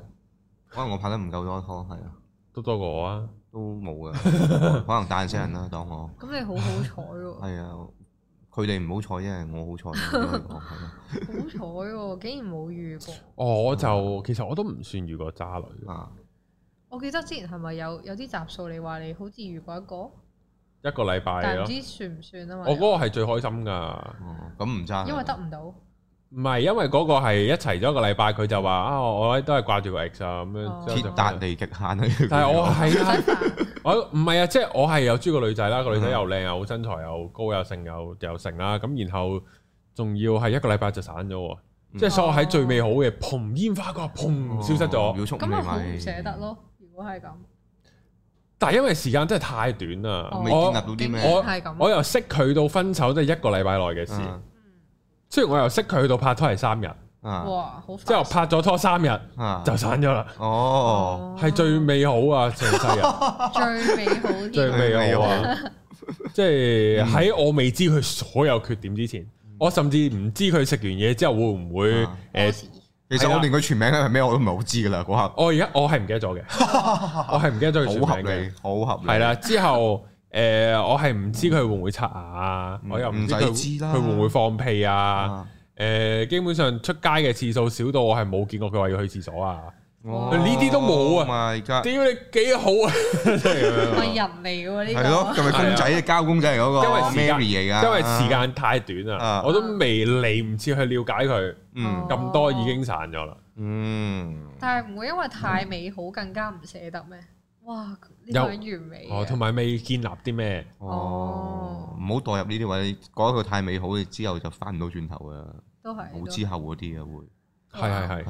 可能我拍得唔夠多拖，係啊。都多過我啊！都冇嘅， *laughs* 可能單聲人啦，當我咁你好好彩喎，係啊，佢哋唔好彩，因為我好彩咯，應該講係咯好彩喎，竟然冇遇過。我嗯就其實我都唔算遇過渣女，啊，我記得之前係咪有有啲集數你話你好似遇過一個，一個禮拜但係咯唔。知算唔算啊嘛？啊我嗰個係最開心噶。哦咁唔爭，因為得唔到，唔係，因為嗰個係一齊咗一個禮拜，佢就話啊，我我都係掛住個 ex 啊咁嗯樣。哦之後就鐵達尼極限 *laughs* 啊！但係我係唔使啊， *laughs* 煩。我唔係啊，即係我係有追個女仔啦，嗯個女仔又靚又好身材又高又性又又成啦，咁然後仲要係一個禮拜就散咗喎，嗯即係所有喺最美好嘅，砰煙花嗰下哦砰消失咗。秒速咁五厘咪好唔米捨得。咯。如果係咁，但係因為時間真係太短啦，哦未啊建立我到啲咩？我係咁我由識佢到分手都係一個禮拜內嘅事，啊雖然我由識佢到拍拖係三日，啊哇，好之後煩。拍咗拖三日啊！就散咗啦，哦，係最美好啊成世人。*laughs* 最最美好啲。美好啊！即係喺我未知佢所有缺點之前，我甚至唔知佢食完嘢之後會唔會嗯啊誒？其啊實我連佢全名係咩我都唔係好知噶啦，嗰刻我而家我係唔記得 *laughs* 咗嘅，我係唔記得咗佢全好合名嘅理，，好合理。係啦。之後誒，我係唔知佢會唔會刷牙啊，嗯我又唔知唔使佢知啦佢會唔會放屁啊？呃啊，誒，基本上出街嘅次數少到我係冇見過佢話要去廁所啊。呢啲都冇啊 Oh My 屌 God！你幾好啊！即係咁我樣人嚟喎呢係咯，個，係咪公仔交公仔啊嗰個因為時間 Mary 嚟㗎？因為時間太短啦啊，我都未嚟唔切去了解佢，哦嗯咁多已經散咗啦。嗯，但係唔會因為太美好更加唔捨得咩？哇！呢有個人完美啊哦，同嘅，埋未建立啲咩？哦，唔好代入呢啲位，講佢太美好，你之後就翻唔到轉頭啊！都係冇都之後嗰係係啲啊係會，。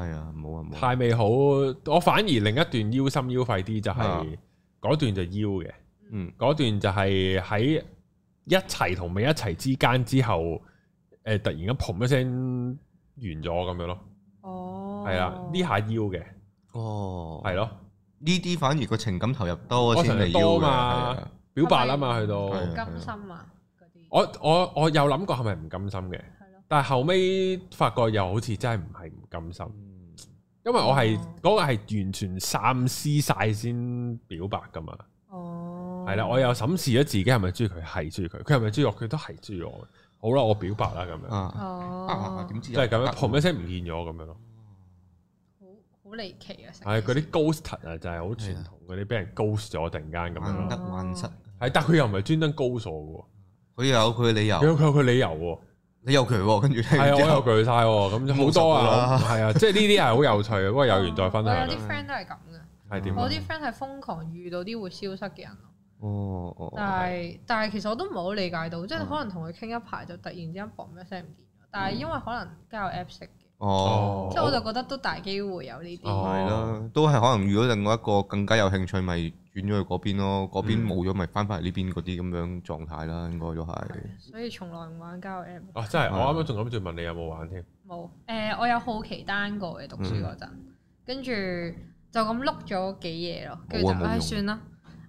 係啊，冇啊冇啊。太美好，我反而另一段腰心腰肺啲就係、嗰段就腰嘅，啊嗯嗰段就係喺一齊同未一齊之間之後，誒、突然間砰一聲完咗咁樣咯，哦，係啦、呢下腰嘅，哦係咯，呢啲反而個情感投入多我先成嚟日要多嘅嘛係啊，表白啦嘛，去到係啊甘心啊嗰啲，我我我有諗過係咪唔甘心嘅，係咯，但係後尾發覺又好似真係唔係唔甘心，嗯因為我係哦嗰、個係完全三思晒先表白噶嘛。哦，係啦，我又審視咗自己係咪中意佢，係中意佢，佢係咪中意我，佢都係中意我嘅。好啦，我表白啦咁樣，啊啊哦，點知即係咁樣，砰同一聲唔見咗咁樣咯。好好離奇啊！成係嗰件啲事 ghost 啊，就係好傳統嗰啲，俾人 ghost 咗突然間咁樣患咯。得患失，係，但佢又唔係專登 ghost 我佢有佢嘅理由嘅喎，，佢有佢理由喎。你有佢喎，跟住係啊，我之有後佢晒喎，咁好多啊，冇十個係啊，即係呢啲係好有趣嘅。不過有緣再分享我有啦，啲 friend 都係咁嘅，係點啊？我啲 friend 係瘋狂遇到啲會消失嘅人咯。哦哦哦，但係但係其實我都唔係好理解到，即係可能同佢傾一排就突然之間嘣一聲唔見咗，但係因為可能交友 app 識嘅，哦即係我就覺得都大機會有呢哦啲。係啦，都係可能遇到另外一個更加有興趣，咪轉咗去嗰邊咯，嗰邊嗯冇咗咪翻返嚟呢邊嗰啲咁樣狀態啦，應該都係。所以從來唔玩交友 app 啊，真係我啱啱仲諗住問你有冇玩添。冇。誒，我有好奇單過嘅讀書嗰陣，跟住就咁碌咗幾夜咯，跟住冇啊就冇唉用算啦。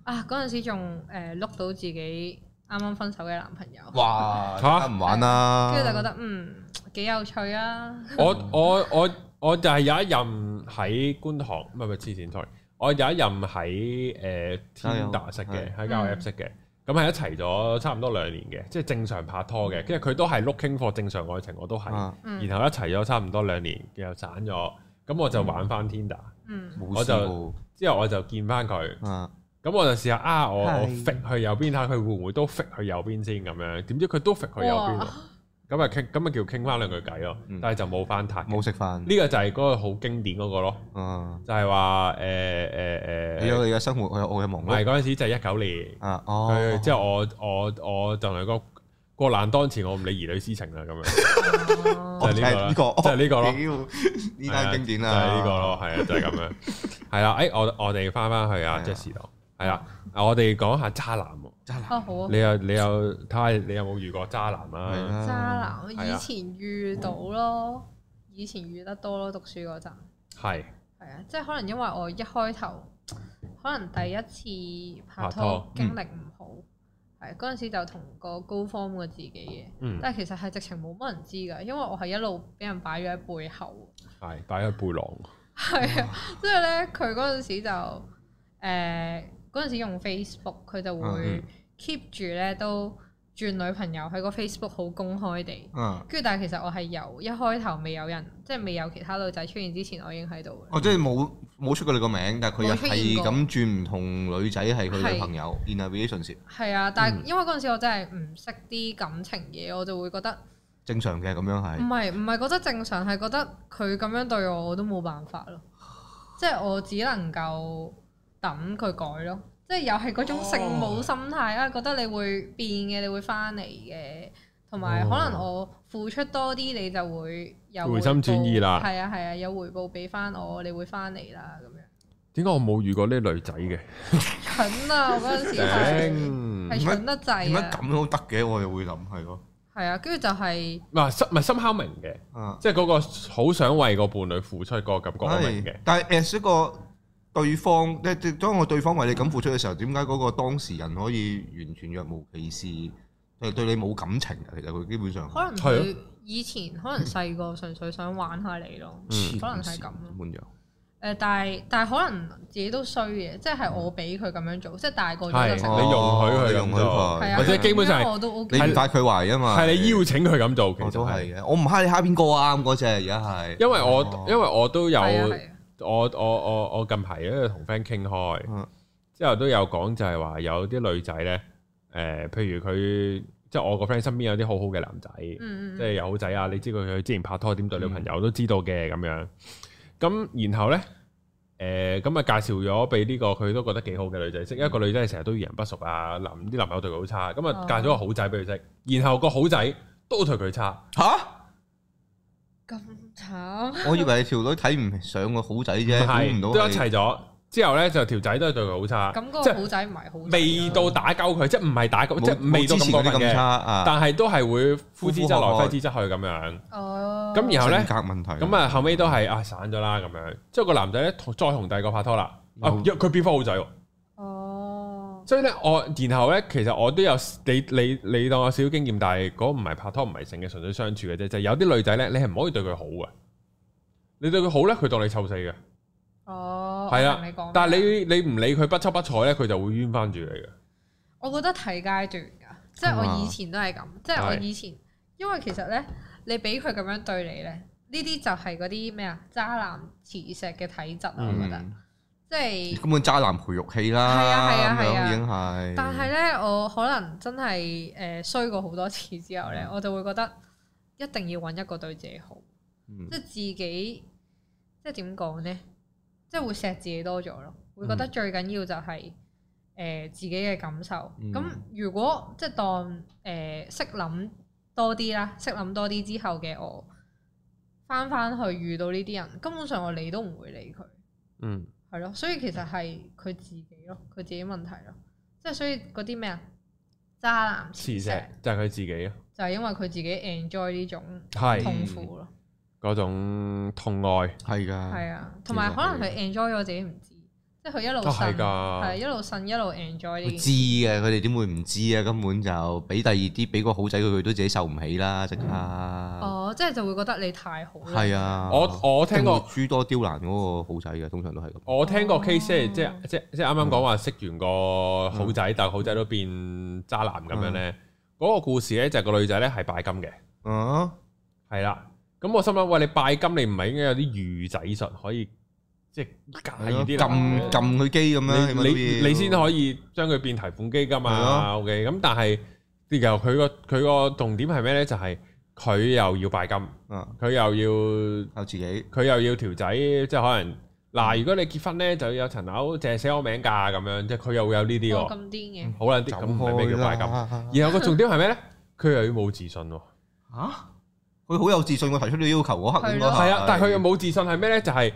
啊嗰陣時仲誒碌到自己啱啱分手嘅男朋友，哇嚇啊唔玩啦，跟住就覺得嗯幾有趣啊！我我我我就係有一任喺觀塘，唔係唔係黐線，sorry。我有一任喺誒呃交友 Tinder 識嘅，係喺交友 app 識嘅，咁係一齊咗差唔多兩年嘅，即係正常拍拖嘅，跟住佢都係 looking for 正常愛情，我都係，嗯啊嗯然後一齊咗差唔多兩年，又散咗，咁我就玩翻 Tinder， *laughs* 嗯冇我就試過之後我就見翻佢，啊，咁我就試下啊，我我係 fit 去右邊睇下佢會唔會都 fit 去右邊先咁樣，點知佢都 fit 去右邊喎哇，咁咪傾，咁啊咪叫傾翻兩句偈咯嗯，但係就冇翻塔嘅。冇食飯呢個就係嗰個好經典嗰個咯，啊，就係話誒誒誒，你有你嘅生活，我有我嘅忙唔係碌嗰陣時就係一九年，啊，哦佢，之後我我我就同佢講過難當前，我唔理兒女私情啦咁樣，哦就係呢個啦呢個，就係 *laughs* 呢個咯咯，呢單經典就啦，係呢個咯，係啊，就係咁樣， *laughs* 係啦，誒我我哋翻翻去啊係啊 Jess 度，係啦，啊我哋講下渣男喎，渣男啊好啊你。有你有睇下你有冇遇過渣男哦係啊？啦渣男，我係啊以前遇到咯，以前遇得多咯，讀書嗰陣係係啊，即係可能因為我一開頭可能第一次拍拍拖嗯拖經歷唔好，係啊嗰陣時就同個高 form 嘅自己嘅，嗯但係其實係直情冇乜人知㗎，因為我係一路俾人擺咗喺背後，係擺喺背囊，係啊，即係咧佢嗰陣時就誒嗰陣時用 Facebook，佢就會嗯 keep 住咧都轉女朋友喺個 Facebook 好公開地。啊，跟住，但係其實我係由一開頭未有人，即係未有其他女仔出現之前，我已經喺度嘅。哦，即係冇冇出過你個名，但係佢又冇出現係過咁轉唔同女仔係佢女係朋友，in a relationship 係嗯啊，但係因為嗰陣時我真係唔識啲感情嘢，我就會覺得正常嘅咁樣唔係，係唔係覺得正常，係覺得佢咁樣對我，我都冇辦法咯。即係我只能夠等佢改咯。即係又係嗰種聖母心態啊，覺得你會變嘅，你會翻嚟嘅，同埋哦可能我付出多啲，你就會有回心轉意啦回報係啊係啊，有回報俾翻我，你會翻嚟啦咁樣。點解我冇遇過呢女仔嘅？蠢啊！我嗰陣時係頂係蠢點得滯解啊，咁都得嘅？我就會諗係咯，係啊，跟住就係唔係深唔係深敲明嘅。啊。即係嗰個好想為個伴侶付出嗰個感覺，我明嘅係。但係 as 一個對方，即係當個對方為你咁付出嘅時候，點解嗰個當事人可以完全若無其事，係對你冇感情嘅？其實佢基本上可能係佢以前可能細個純粹想玩下你咯，嗯可能係咁咯。咁樣。誒，但係但係可能自己都衰嘅，即係我俾佢咁樣做，即係大個咗係就成你容許佢哦你咁容許做係佢，啊，或者基本上係咁樣我都 OK，你唔帶佢懷啊嘛。係你邀請佢咁做，我其都實係。係嘅，我唔蝦你蝦邊個啊？咁嗰只而家係。因為我哦因為我都有係啊係啊，我我我我近排因為同 friend 傾開嗯，之後都有講就係話有啲女仔咧，誒、譬如佢即係我個 friend 身邊有啲好好嘅男仔，嗯即係嗯友仔啊，你知佢佢之前拍拖點對女朋友都知道嘅咁樣。咁然後呢，誒咁啊介紹咗俾呢個佢都覺得幾好嘅女仔識，嗯一個女仔係成日都遇人不淑啊，男啲男朋友對佢好差，咁啊哦介咗個好仔俾佢識，然後個好仔都對佢差，吓？咁慘，我以為你條女睇唔上個好仔啫，估係唔到都係一齊咗。之後呢，就條仔都係對佢好差，咁即個係好仔唔係好仔未到打鳩佢，即係唔係打鳩，冇即係未冇到之咁前過嗰啲分咁差嘅，啊，但係都係會呼之則來呼呼喝喝揮之則去咁樣。哦，咁然後呢性格問題。咁啊，後尾都係啊散咗啦咁樣。之後個男仔咧同再同第二個拍拖啦，啊又約佢變翻好仔喎。哦，所以咧我然後咧其實我都有你你你當我少少經驗，但係嗰個唔係拍拖唔係性嘅，純粹相處嘅啫。就係有啲女仔咧，你係唔可以對佢好嘅。你對佢好咧，佢當你臭死嘅。哦，係我同你啊講，但係你你唔理佢不瞅不睬咧，佢就會冤翻住你嘅。我覺得睇階段㗎，即係我以前都係咁，即係我係以前，因為其實咧，你俾佢咁樣對你咧，呢啲就係嗰啲咩啊，渣男磁石嘅體質啊，我覺得，嗯即係，根本渣男培育器啦，係啊係啊咁樣係啊已經係。但係咧，我可能真係誒衰過好多次之後咧，我就會覺得一定要揾一個對自己好，嗯即係自己，即係點講咧，即係會錫自己多咗咯，會覺嗯得最緊要就係、誒、自己嘅感受。嗯咁、如果即係當誒、識諗多啲啦，識諗多啲之後嘅我，翻翻去遇到呢啲人，根本上我理都唔會理佢，嗯，係咯。所以其實係佢自己咯，佢自己問題咯。即係所以嗰啲咩啊，渣男磁石就係佢自己啊，就係因為佢自己 enjoy 呢種係痛苦咯，嗰種痛愛。係㗎，係啊，同埋可能佢 enjoy 咗自己唔知，即係佢一路都係呻，㗎係一路呻一路 enjoy 呢哦會件知事。嘅，佢哋點會唔知啊？根本就俾第二啲俾個好仔佢，佢都自己受唔起啦，即刻。哦，即係就會覺得你太好啦。啊哦係啊，我我聽過一定會諸多刁難嗰個好仔嘅，通常都係咁。我聽過 case 即係即哦係即係即係啱啱講話識完個好嗯仔，但係好仔都變渣男咁樣咧。嗰個故事咧就係個女仔咧係拜金嘅，啊，係啦。咁我心諗，喂，你拜金你唔係應該有啲御仔術可以即係駕馭啲撳男撳嘅佢機咁樣，你起碼都你要你先可以將佢變提款機㗎係嘛咯？OK，咁但係然後佢個佢個重點係咩咧？就係佢又要拜金，啊佢又要。靠自己。佢又要條仔，即係可能嗯嗱，如果你結婚咧，就要有層樓，淨係寫我名㗎咁樣，即係佢又會有呢啲哦喎，咁癲嗯嘅，好啦啲走咁唔係咩叫拜開金？啦！然後個重點係咩咧？佢又要冇自信喎，啊，佢好有自信，我提出呢個要求嗰刻應該係係啊，但係佢又冇自信係咩咧？就係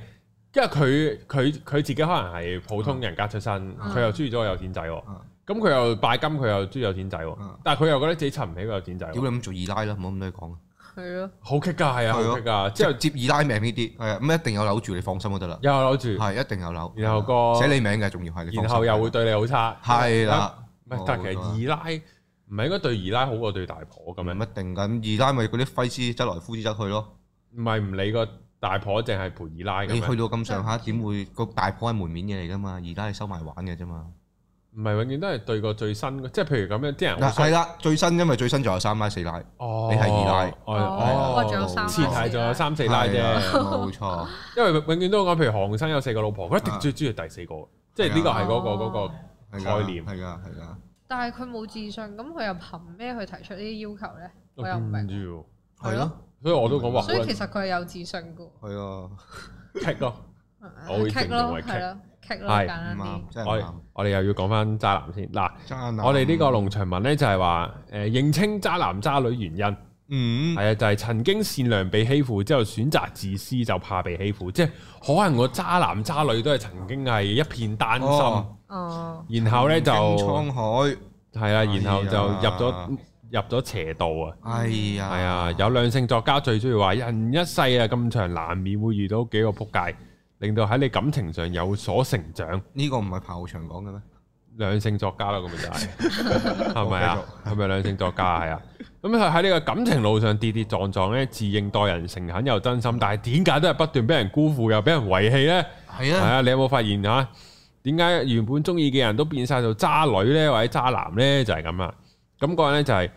因為佢佢佢自己可能係普通人家出身，嗯佢又中意咗個有錢仔喎嗯，咁佢又拜金，佢又中意有錢仔喎嗯，但係佢又覺得自己襯唔起個有錢仔喎，屌你咁做二奶啦，唔好咁多嘢講啦。係咯，好棘㗎，係啊，好係咯棘㗎，之之後後接二奶命呢啲，係啊，咁一定有樓住，你放心就得啦。又扭住，係一定有樓，然後個寫你名嘅，仲要係你放心。然後又會對你好差，係啦，唔係，但係其實二奶唔係應該對二奶好過對大婆咁咁樣樣，一定㗎。咁二奶咪嗰啲揮之則來，呼之則去咯。唔係唔理個大婆，淨係陪二奶你咁去樣，到咁上下，點會個大婆係門面嘢嚟㗎嘛？二奶係收埋玩嘅啫嘛。唔係永遠都係對個最新嘅，即係譬如咁樣啲人好嗱係衰，啦，最新因為最新仲有三奶四奶，哦，你係二奶哦，哦哦，仲有三奶前提仲有三四奶係啊啦啫，冇錯。因為永遠都講，譬如韓生有四個老婆，佢一定最中意第四啊個，即係呢個係嗰個嗰個哦係㗎概念係㗎係啊㗎。但係佢冇自信，咁佢又憑咩去提出呢啲要求咧？我又唔唔明。知喎，係咯，所以我都講話好所以撚其實佢係有自信噶，係啊，棘咯。我會棘形容咯，為棘係咯，棘咯，係簡唔單啲啱，。真係唔我啱。我哋又要講翻渣男先嗱，渣男我哋呢個農場文咧就係話誒認清渣男渣女原因。嗯係啊，就係、曾經善良被欺負之後，選擇自私就怕被欺負，即係可能個渣男渣女都係曾經係一片丹心，哦哦，然後呢就滄海，係啦，哎然後就入咗、呀入咗邪道啊！哎呀，係啊，有兩性作家最中意話：人一世啊咁長，難免會遇到幾個撲街，令到喺你感情上有所成長。呢個唔係彭浩翔講嘅咩？兩性作家啦，咁咪就係， *laughs* 係咪啊好？係咪兩性作家啊係啊？咁佢喺呢個感情路上跌跌撞撞咧，自認待人誠懇又真心，但係點解都係不斷俾人辜負又俾人遺棄呢？係係啊，啊，你有冇發現嚇？點解原本中意嘅人都變晒做渣女呢？或者渣男呢？就係咁啊！咁個人咧就係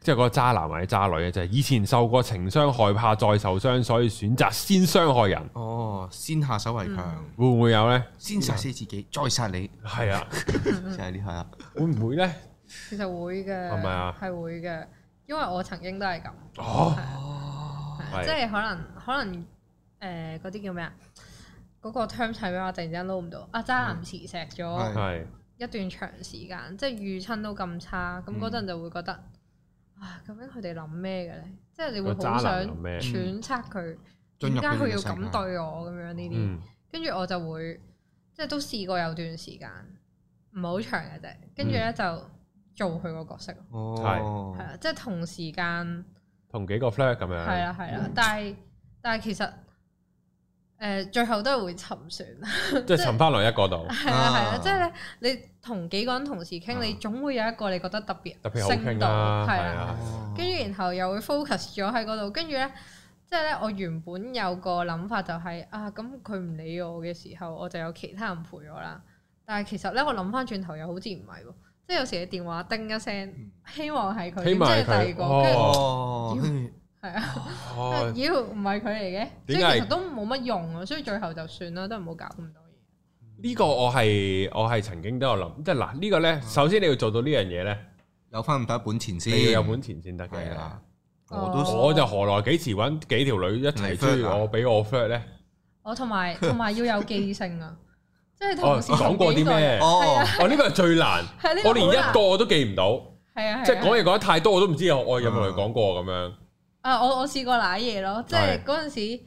即係個渣男或者渣女啊，就係以前受過情傷，害怕再受傷，所以選擇先傷害人，哦，先下手為強，會唔會有呢？先殺死自己，再殺你，係啊，就係呢下啦。會唔會呢？其實會嘅，係咪啊係會嘅，因為我曾經都係咁，哦，係係即係可能可能誒嗰啲叫咩啊？嗰個 term 係咩啊？我突然之間撈唔到啊！渣男磁石咗係係一段長時間，即係遇親都咁差，咁嗰陣就會覺得啊，究竟佢哋諗咩嘅咧？即係你會個渣好男想諗咩？揣測佢進點入解佢哋佢嘅要世界咁對我咁樣呢啲。嗯，跟住我就會即係都試過有段時間唔係好長嘅啫，跟住咧就做佢個角色咯，哦係，啊，即係同時間同幾個 flirt 咁樣，嗯係啦啊係啦，但係但係其實誒、呃最後都係會沉船，即係沉翻落一個 *laughs* 度，係啊係啊啊，即係咧你同幾個人同時傾，啊你總會有一個你覺得特別特別好傾到，啦，係係啊。啊，跟住然後又會 focus 咗喺嗰度，跟住咧，即係咧，我原本有個諗法就係、啊，咁佢唔理我嘅時候，我就有其他人陪我啦。但係其實咧，我諗翻轉頭又好似唔係喎，即係有時你電話叮一聲，希望係佢，嗯希即望係佢係第二個，哦跟住哦，跟住係啊，哦，妖唔係佢嚟嘅，即點係解其實都冇乜用啊，所以最後就算啦，都唔好搞咁多嘢。呢個我係我係曾經都有諗，即係嗱呢個嗯咧，首先你要做到呢樣嘢咧，有翻咁多本錢先，你要有本錢先得嘅係。啊，哦我都我就何來幾時揾幾條女一齊追啊我俾我 flirt 咧？我哦 *laughs* 同埋同埋要有記性啊，即係哦同時講過啲同幾個人咩係哦啊，哦，呢個係最難，係呢個我連好難一個我都記唔到，係啊，係啊即係講嘢講得太多，我都唔知我我有冇同佢講過咁樣。啊！我我試過舐嘢咯，即係係嗰陣時，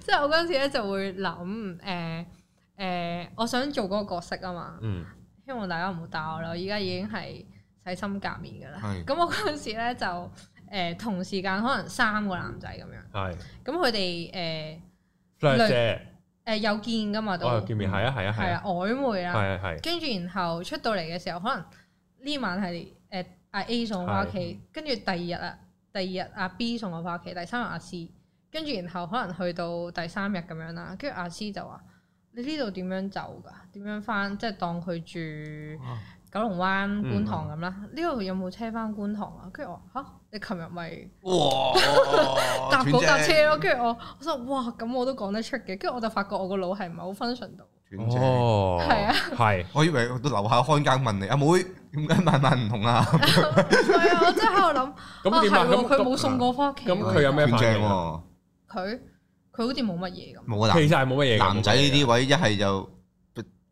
即係我嗰陣時 *laughs* 咧就會諗誒誒，我想做嗰個角色啊嘛，嗯，希望大家唔好打我啦，我而家已經係洗心革面噶啦係。咁我嗰陣時咧就誒、呃同時間可能三個男仔咁樣，嗯係咁佢哋 flirt 啫，誒誒有見噶嘛都我見嗯面係啊係啊係係啊啊曖昧啦，係啊係，跟住然後出到嚟嘅時候，可能呢晚係誒阿 A 送我翻屋企，跟住第二日啊，第二日阿 B 送我翻屋企，第三日阿 C，跟住然後可能去到第三日咁樣啦，跟住阿 C 就話：你呢度點樣走㗎？點樣翻？即係當佢住哇九嗯龍灣觀塘咁啦。呢度、有冇車翻觀塘啊？跟住我話吓，你琴日咪哦哇，搭嗰架斷車咯。跟住我，我心諗哇，咁我都講得出嘅。跟住我就發覺我個腦係唔係好 function 到。正，斷正。哦，係啊，係我以為我到樓下看更問你，阿妹點解晚晚唔同啊？係啊，我真係喺度諗。咁點啊？哦係喎咁佢冇送過翻屋企喎。咁佢有咩斷反應正喎？佢佢好似冇乜嘢咁。冇啊，其實係冇乜嘢嘅。男仔呢冇乜嘢啲嘅位一係就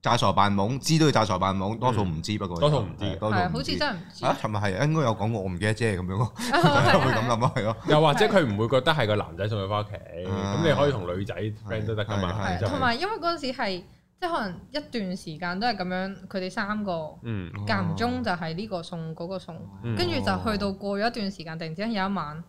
詐傻扮懵，知都要詐傻扮懵，多數唔知不過就，多數唔知嘅多數係唔好似知。真係唔知。啊，尋日係應該有講過，我唔記得啫咁樣咯， *laughs* 哦係啊會咁諗咯，係咯。 *laughs* 又或者佢唔會覺得係個男仔送佢翻屋企，啊咁你可以同女仔 friend 都得噶嘛。係係就係同埋因為嗰陣時係即係可能一段時間都係咁樣，佢哋三個嗯間唔中就係呢個送嗰個送，哦嗯跟住就去到過咗一段時間，突然之間有一晚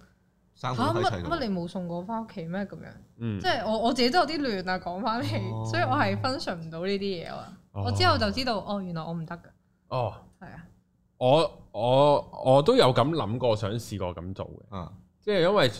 三嚇個都喺乜齊乜度。你冇送過翻屋企咩咁樣？嗯即，係我我自己都有啲亂啊講翻哦嚟，所以我係 function 唔到呢啲嘢啊。我之後就知道哦，原來我唔得㗎，哦。係啊，我哦我我都有咁諗過，想試過咁做嘅，啊，即係因為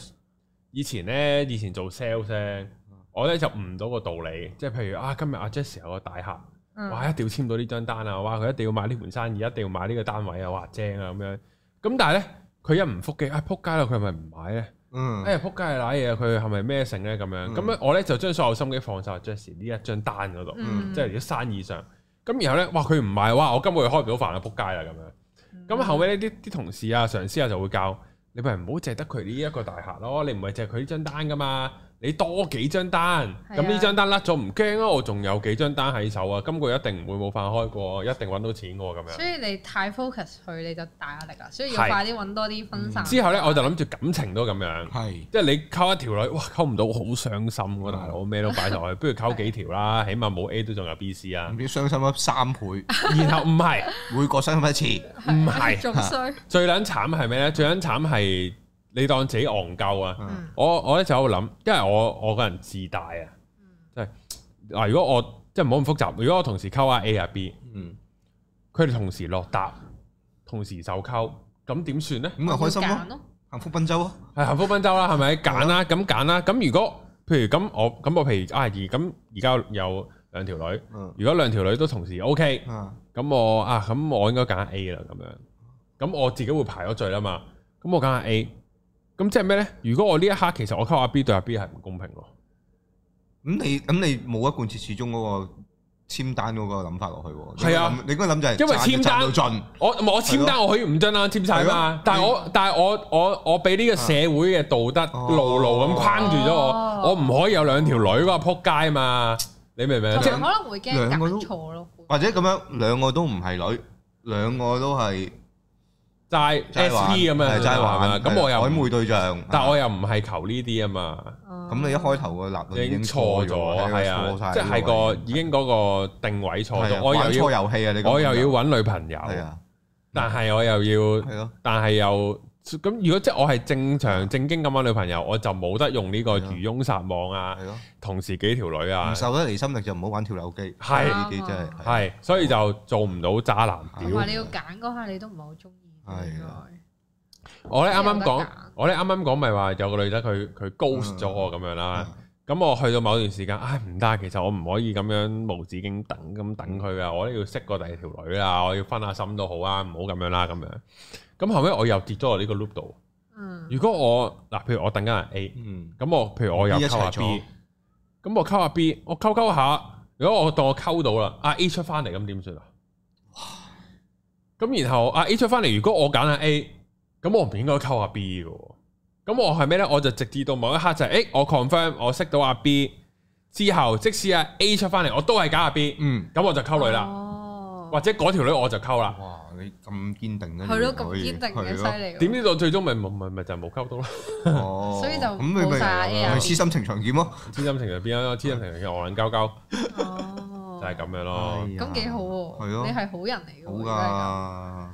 以前咧，以前做 sales 咧，啊我咧就悟到個道理，即係譬如啊，今日阿 Jess 有個大客，哇，啊嗯一定要簽到呢張單啊，哇，佢一定要買呢盤生意，一定要買呢個單位啊，哇，正啊咁樣。咁但係咧，佢一唔覆嘅，啊，撲街啦，佢係咪唔買咧？嗯哎，呀，撲街係賴嘢，佢係咪咩性咧？咁樣，嗯咁啊咧我咧就將所有心機放晒喺 Jess 呢一張單嗰度。嗯，即係啲生意上。咁然後咧，哇佢唔賣，哇我今個月開唔到飯啦，仆街啦咁樣。嗯咁後尾呢啲啲同事啊、上司啊就會教你，咪唔好淨係得佢呢一個大客咯，你唔係淨係佢呢張單噶嘛，你多幾張單，係咁啊呢張單甩咗唔驚啊，我仲有幾張單喺手啊，今個月一定唔會冇飯開過，一定揾到錢喎咁樣。所以你太 focus 佢，你就大壓力啦，所以要係快啲揾多啲分散。嗯之後咧，我就諗住感情都咁樣。係即係你溝一條女，哇溝唔到，好傷心喎！大佬咩都擺落去，不如溝幾條啦，起碼冇 A 都仲有 B、C 啊 *laughs* 唔。知傷心咗三倍，然後唔係每個傷心一次。唔係，啊 *laughs* 仲衰，啊最撚慘係咩咧？最撚慘係你當自己戇鳩啊！嗯我我咧就喺度諗，因為我我個人自大啊，即係嗱，如果我即係唔好咁複雜，如果我同時溝啊 A 啊 B，嗯，佢哋同時落搭，同時受溝，咁點算咧？咁咪開心要揀咯，幸福賓州咯。係幸福賓州啦，係咪揀啦？咁揀啦，咁如果譬如咁我咁我譬如啊而咁而家有兩條女，嗯如果兩條女都同時 OK，啊，咁我啊，咁我應該揀 A 啦，咁樣，咁我自己會排咗序啦嘛。咁我揀下 A。咁即係咩咧？如果我呢一刻其實我溝阿 B 對阿 B 係唔公平咯。咁你咁你冇一貫徹始終嗰個簽單嗰個諗法落去喎。係啊你應該諗，你應該諗就係因為賺簽就賺單到盡，我唔係我簽單我可以唔真啦，簽晒係嘛咯。嗯但係我但係我我我俾呢個社會嘅道德哦牢牢咁框住咗哦我，我唔可以有兩條女嗰個撲街嘛。你明唔明啊？同即係埋可能會驚兩個都揀錯咯。會或者咁樣兩個都唔係女，兩個都係齋齋玩 S P 咁樣係齋玩啊啊，咁我又曖唔昧對象。啊但我又唔係求呢啲啊嘛。哦咁你一開頭個立論已已經經錯咗，係錯啊，晒即係呢個已經嗰個定位錯係啊咗，我玩又錯要遊戲啊！你咁我又要樣揾女朋友，係啊，但係我又要，係咯，但係又咁。如果即係我係正常正經咁揾女朋友，我就冇得用呢個係啊漁翁撒網啊，係咯，同時幾條女啊唔，受得離心力就唔好玩跳樓機。係呢啲真啊係係，所以就做唔到渣男同屌埋。你要揀嗰下，你都唔係好中意。係應該啊我咧啱有啱得講揀，我咧啱啱講咪話有個女仔佢佢 ghost 咗我咁樣啦。咁我去到某段時間，唉唔得，其實我唔可以咁樣無止境等咁等佢啊！我都要識過第二條女啦，我要分下心都好啊，唔好咁樣啦咁樣。咁後尾我又跌咗落呢個 loop 度。嗯，如果我嗱，譬如我等緊人 A，嗯，咁我譬如我又溝下 B 一 B，咁我溝下 B，我溝溝下，如果我當我溝到啦，阿 A 出翻嚟咁點算啊？咁然後阿 A 出翻嚟，如果我揀阿 A，咁我唔應該溝阿 B 嘅喎。咁我係咩呢？我就直至到某一刻就係、誒，我 confirm 我識到阿 B 之後，即使阿 A 出翻嚟，我都係揀阿 B，嗯，咁我就溝女啦，哦或者嗰條女我就溝啦。哇！你咁堅定嘅，係咯，咁你可以堅定嘅，係咯犀利。點？知道最終咪咪咪咪就係冇溝到咯？哦 *laughs* 所以就咁你咪冇晒 A 啊咪痴心情長劍咯， *laughs* 痴心情就變咗，痴心情就我撚交交，哦就係咁樣咯。咁幾好喎！哎係咯你係好人嚟嘅好喎，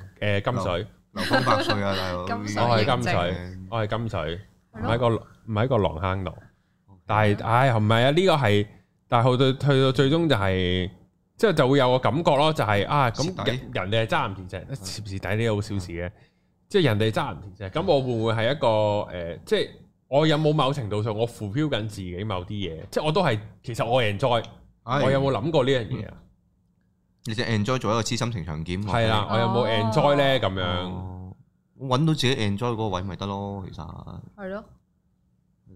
噶，誒金水，流芳百歲啊，大 *laughs* 佬，金水我係認金證水，我係金水，唔如果喺係咁。係咯個唔喺個狼坑度。但係係唉，唔係啊，呢個係，但係去到去到最終就係，之後就會有個感覺咯，就係啊，蝕咁底人人哋係渣男填石，蝕唔蝕底呢啲好小事嘅，即係人哋係渣男填石，咁我會唔會係一個誒，即係我有冇某程度上我浮漂緊自己某啲嘢，即係我都係其實我 enjoy，我有冇諗過呢樣嘢啊？你就 enjoy 做一個痴心情長劍？係啦，我有冇哦 enjoy 咧？咁我覺得，樣嗯哦揾到自己 enjoy 嗰個位咪得咯，其實係係咯，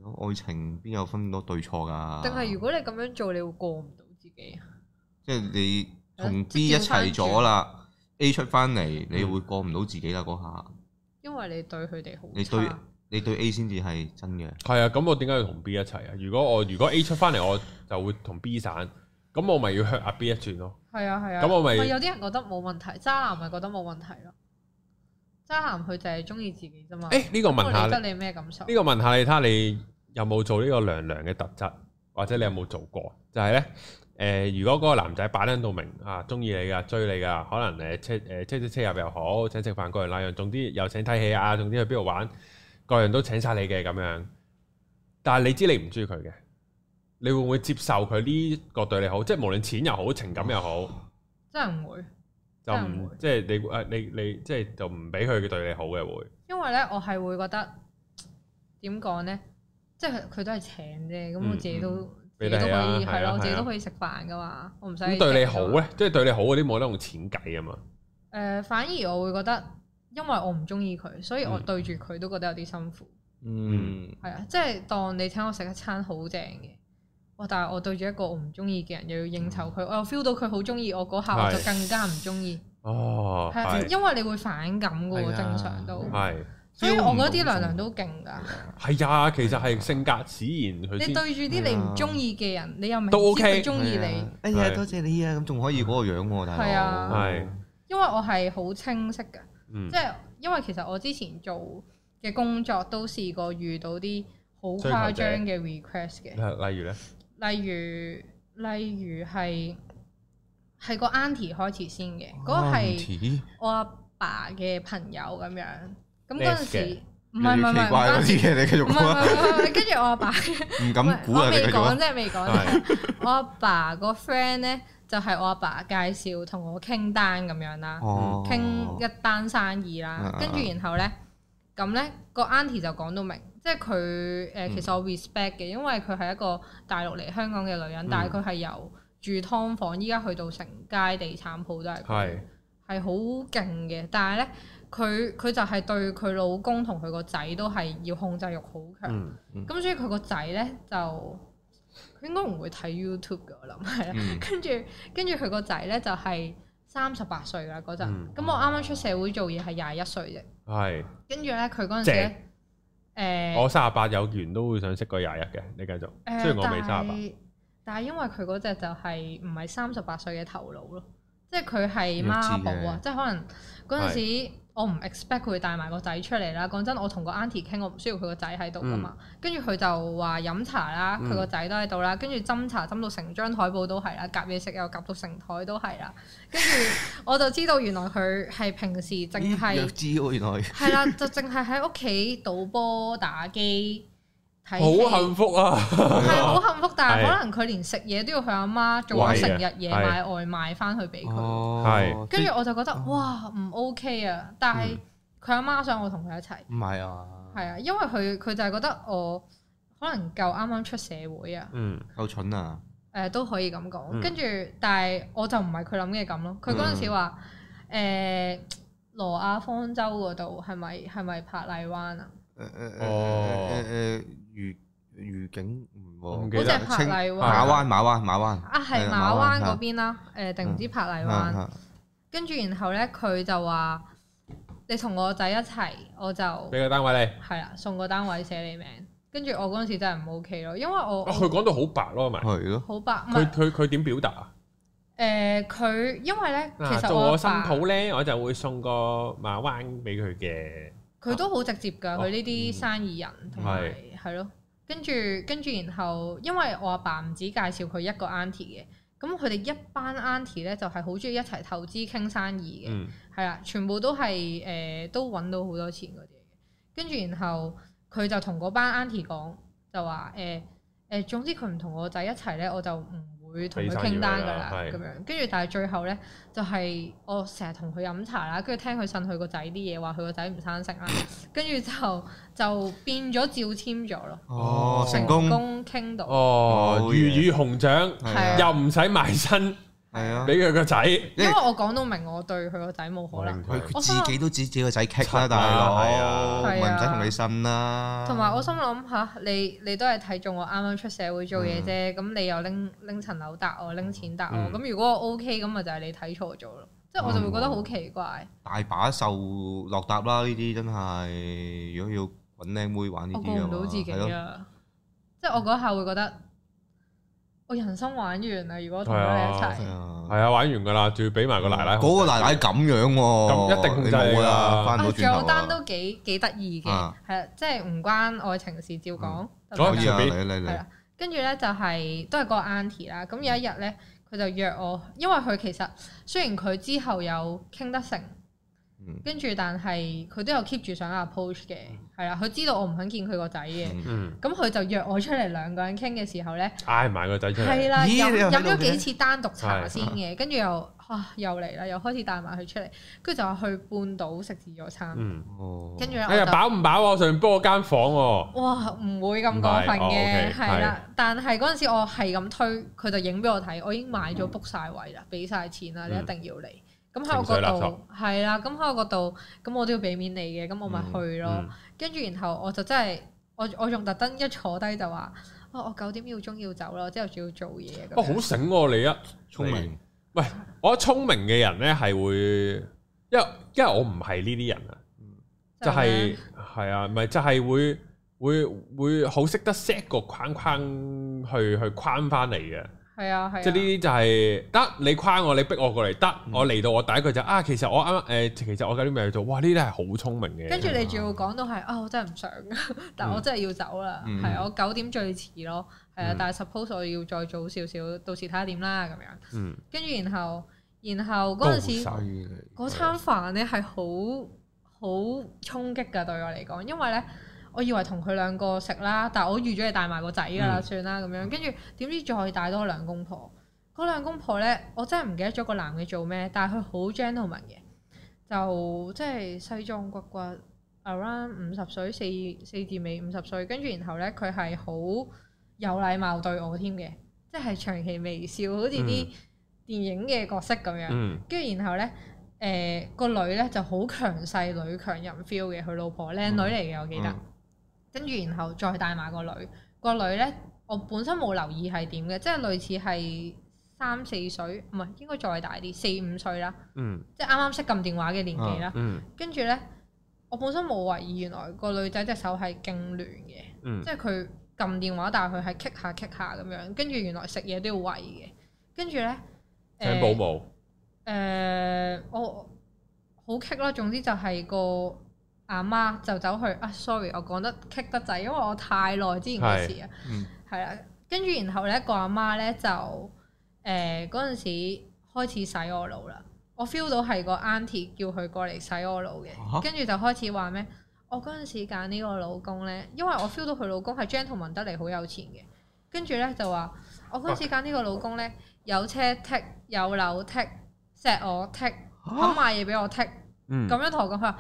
咯愛情邊有分到對錯㗎？定係如果你咁樣做，你會過唔到自己啊？即係你係同咯 B 一即係調翻齊咗啦，A 出翻嚟，你嗯會過唔到自己啦嗰下，因為你對佢哋好你對差，你對 A 先至係真嘅。係啊，咁我點解要同 B 一齊啊？如果我如果 A 出翻嚟，我就會同 B 散，咁我咪要 hurt 阿 B 一轉咯。係啊係啊。咁我咪有啲人覺得冇問題，渣男咪覺得冇問題咯。渣男佢就係中意自己啫嘛。誒，呢個問下我你理。啊得你咩感受？呢個問下你睇下你有冇做呢個娘娘嘅特質，或者你有冇做過？就係、呢，咧，誒、如果嗰個男仔擺喺度明啊，中意你噶，追你噶，可能誒車誒車車車入又好，請食飯各樣那樣，總之又請睇戲啊，總之去邊度玩，各樣都請晒你嘅咁樣。但係你知你唔中意佢嘅，你會唔會接受佢呢個對你好？即係無論錢又好，情感又好，真係唔會，就真係唔會即係你誒你你即係就唔俾佢對你好嘅會。因為咧我係會覺得點講咧，即係佢都係請啫，咁嗯我自己都俾自你己都可啊以係啊係係啊咯，我自己都可以食飯噶嘛，我唔使咁對你請好㗎嘛咧，即係對你好嗰啲冇得用錢計啊嘛。誒、反而我會覺得，因為我唔中意佢，所以我嗯對住佢都覺得有啲辛苦。嗯，係啊、即係當你請我食一餐好正嘅，哇！但係我對住一個我唔中意嘅人，又要應酬佢，我又 feel 到佢好中意我嗰下，我就係更加唔中意。哦，係啊係，因為你會反感嘅係喎，啊正常都。係所以我覺得 feel 啲唔到娘娘都勁㗎。係啊，其實係性格使然佢你先對住啲你唔中意嘅人，你又明都知 OK 佢中係意你啊，。哎呀，係多謝你啊！咁仲可以嗰個樣喎，大佬。係啊係因為我係好清晰㗎。嗯即係因為其實我之前做嘅工作都試過遇到啲好誇張嘅 request 嘅，例例如咧，例如例如係係個 auntie 開始先嘅，嗰、個係哦 Auntie？我阿爸嘅朋友咁樣，咁嗰 Left 陣嘅時唔係唔係唔越嚟越係奇怪唔關嗰啲事嘢，你繼唔係唔續講啊，係唔係，跟住我阿爸。唔敢估我啊！你繼未續啊講，。真係未講。我阿爸個 friend 咧，就係我阿爸介紹同我傾單咁樣啦，哦，傾一單生意啦啊。跟住然後咧，咁咧個 auntie 就講到明，即係佢嗯誒其實我 respect 嘅，因為佢係一個大陸嚟香港嘅女人嗯，但係佢係由住劏房，依家去到成街地產鋪都係佢係係好勁嘅。但係咧，佢佢就係對佢老公同佢個仔都係要控制欲好強。嗯，咁所以佢個仔咧就佢應該唔會睇 YouTube 嘅，我諗係啊啦。嗯跟住跟住佢個仔咧就係三十八歲啦嗰陣，咁、嗯我啱啱出社會做嘢係廿一歲啫。係跟住咧佢嗰陣時咧，誒我三十八有緣都會想識個廿一嘅，你繼續。誒雖然我未呃但三十八，係但係因為佢嗰只就係唔係三十八歲嘅頭腦咯，即係佢係媽寶弱智嘅！啊即係可能嗰陣時我唔 expect 佢會帶埋個仔出嚟啦。講真，我同個 auntie 傾，我唔需要佢個仔喺度噶嘛。跟住佢就話飲茶啦，嗯佢個仔都喺度啦。跟住斟茶斟到成張台布都係啦，夾嘢食又夾到成台都係啦。跟住我就知道原來佢係平時淨咦係弱智喎，原來係啦，就淨係喺屋企賭波打機睇戲好幸福 *laughs* 啊！係哦好幸福，但係係可能佢連食嘢都要佢阿媽做成日喂嘢嘅係買外賣翻去俾哦佢，係跟住我就覺得哇唔 OK 啊！但係佢阿媽想我同佢一齊，唔係啊，係啊，因為佢佢就係覺得我可能夠啱啱出社會啊，嗯，夠蠢啊！誒都可以咁嗯講。跟住但係我就唔係佢諗嘅咁咯，佢嗰陣時話誒羅亞方舟嗰度係咪係咪珀麗灣啊？誒誒哦誒誒誒愉愉景唔喎唔記好得似係珀麗灣馬灣馬灣馬灣啊，係係馬馬灣灣嗰邊啦，誒定唔知珀麗灣。啊跟住然後咧，佢就話：你同我仔一齊，我就俾個單位你。係啦，送個單位寫你名。跟住我嗰陣時真係唔 OK 咯，因為我哦哇佢講到好白咯，咪啊係咯，好白，唔佢係佢佢點表達啊？誒佢，因為咧其嗱，實做我我新阿抱爸咧，我就會送個馬灣俾佢嘅。佢都好直接㗎，哦佢呢啲生意人同埋係咯。跟住跟住然後，因為我阿爸唔止介紹佢一個 auntie 嘅，咁佢哋一班 auntie 咧就係好中意一齊投資傾生意嘅。嗯，係啦，全部都係誒、呃都揾到好多錢嗰啲嘅。跟住然後佢就同嗰班 auntie 講，就話誒誒，總之佢唔同我仔一齊咧，我就唔會同佢傾單㗎啦俾咁生樣。跟住但係最後咧，就係、我成日同佢飲茶啦，跟住聽佢呻佢個仔啲嘢，話佢個仔唔生性啦，跟住就就變咗照簽咗咯，哦哦成功功傾到。哦，好魚嘢與熊掌係係啊又唔使埋身，係啊，俾佢個仔。因為我講到明，我對佢個仔冇可能。佢自己都指自己個仔棘柒啊啦，大係啊佬，咪唔使同你係呻啦。同埋我心諗吓，你你都係睇中我啱啱出社會做嗯嘢啫，咁、你又拎拎層樓搭我，拎錢搭我，嗯咁、如果我 OK 咁咪就係你睇錯咗咯，即係嗯我就會覺得好奇怪。大把受落搭啦，呢啲真係，如果要揾靚妹玩呢我過啲唔到自己係咯，啊！即係我嗰下會覺得我人生玩完啦，如果同佢哋一齊係。啊，係啊，玩完噶啦，仲要俾埋個奶奶。嗯嗰個奶奶咁樣喎，咁一定控制你冇㗎啦，翻啊，到仲有轉頭單啊，都幾幾得意嘅，係啊啊，即係唔關愛情事，照講得唔好得可以㗎啊，隨嚟便啊嚟係嚟啦，跟住咧就係、都係個 auntie 啦。咁有一日咧，佢就約我，因為佢其實雖然佢之後有傾得成，嗯跟住但係佢都有 keep 住想 approach 嘅，係啦。佢知道我唔肯見佢個仔嘅，嗯嗯，咁佢、就約我出嚟兩個人傾嘅時候咧，嗌埋個仔出嚟。係啊啦，咦飲你又喺飲度咗嘅幾次單獨茶係先嘅，跟住又啊又嚟啦，又開始帶埋佢出嚟，跟住就話去半島食自助餐，嗯，哦跟住咧哎我呀，就。飽唔飽啊？上面 b 我間房喎。哇，唔會咁過分唔係哦，OK，嘅，係啦。但係嗰陣時我係咁推，佢就影俾我睇，我已經買咗 book 晒位啦，俾晒錢啦，你嗯一定要嚟。咁喺我情緒嗰勒索度係啦，咁喺我嗰度，咁我都要俾面你嘅，咁我咪去咯。嗯跟住然後我就真係，我我仲特登一坐低就話，哦，我九點要鐘要走啦，之後仲要做嘢咁哇，好樣。醒喎你啊！聰明，我覺得聰明嘅人咧係會，因為因為我唔係呢啲人啊，就係係啊，咪就係會會會好識得 set 個框框去去框翻嚟嘅。係啊係啊，即係呢啲就係得你框我，你逼我過嚟得，嗯我嚟到我第一句就啊，其實我啱啱誒，其實我嗰啲咩做，哇呢啲係好聰明嘅，跟住你仲要講到係啊，我真係唔想，但我真係要走啦，嗯係啊我九點最遲咯，係啊嗯，但係 suppose 我要再早少少，到時睇下點啦咁樣。嗯，跟住然後，然後高嗰陣時手犀利嗰餐飯咧係好好衝擊㗎對我嚟講，因為咧我以為同佢兩個食啦，但係我預咗你帶埋個仔㗎啦，嗯算啦咁樣。跟住點知再帶多兩公婆，嗰兩公婆咧我真係唔記得咗個男嘅做咩，但係佢好 gentleman 嘅，就即係西裝骨骨，around 五十歲四四至尾五十歲，跟住然後咧佢係好有禮貌對我添嘅，即係長期微笑，好似啲電影嘅角色咁樣。嗯跟住然後咧，誒個女咧就好強勢女強人 feel 嘅，佢老婆嗯靚女嚟嘅，我記得。跟住然後再帶埋個女，個女咧我本身冇留意係點嘅，即係類似係三四歲，唔係應該再大啲，四五歲啦，嗯即係啱啱識撳電話嘅年紀啦。嗯跟住咧，我本身冇懷疑原來個女仔隻手係勁亂嘅，嗯即係佢撳電話，但係佢係棘下棘下咁樣。跟住原來食嘢都要喂嘅。跟住咧，請保姆，誒、呃我好棘啦。總之就係個阿媽就走去啊，sorry，我講得棘得滯，因為我太耐之前嘅事啊，嗯係啦。跟住然後咧，個阿媽咧就誒嗰陣時開始洗我腦啦。我 feel 到係個 auntie 叫佢過嚟洗我腦嚇嘅，跟住就開始話咩？我嗰陣時揀呢個老公咧，因為我 feel 到佢老公係 gentleman 得嚟好有錢嘅，跟住咧就話我嗰陣時揀呢個老公咧，有車剔，有樓剔，錫我啊剔，肯買嘢俾我剔，嗯咁樣同我講佢話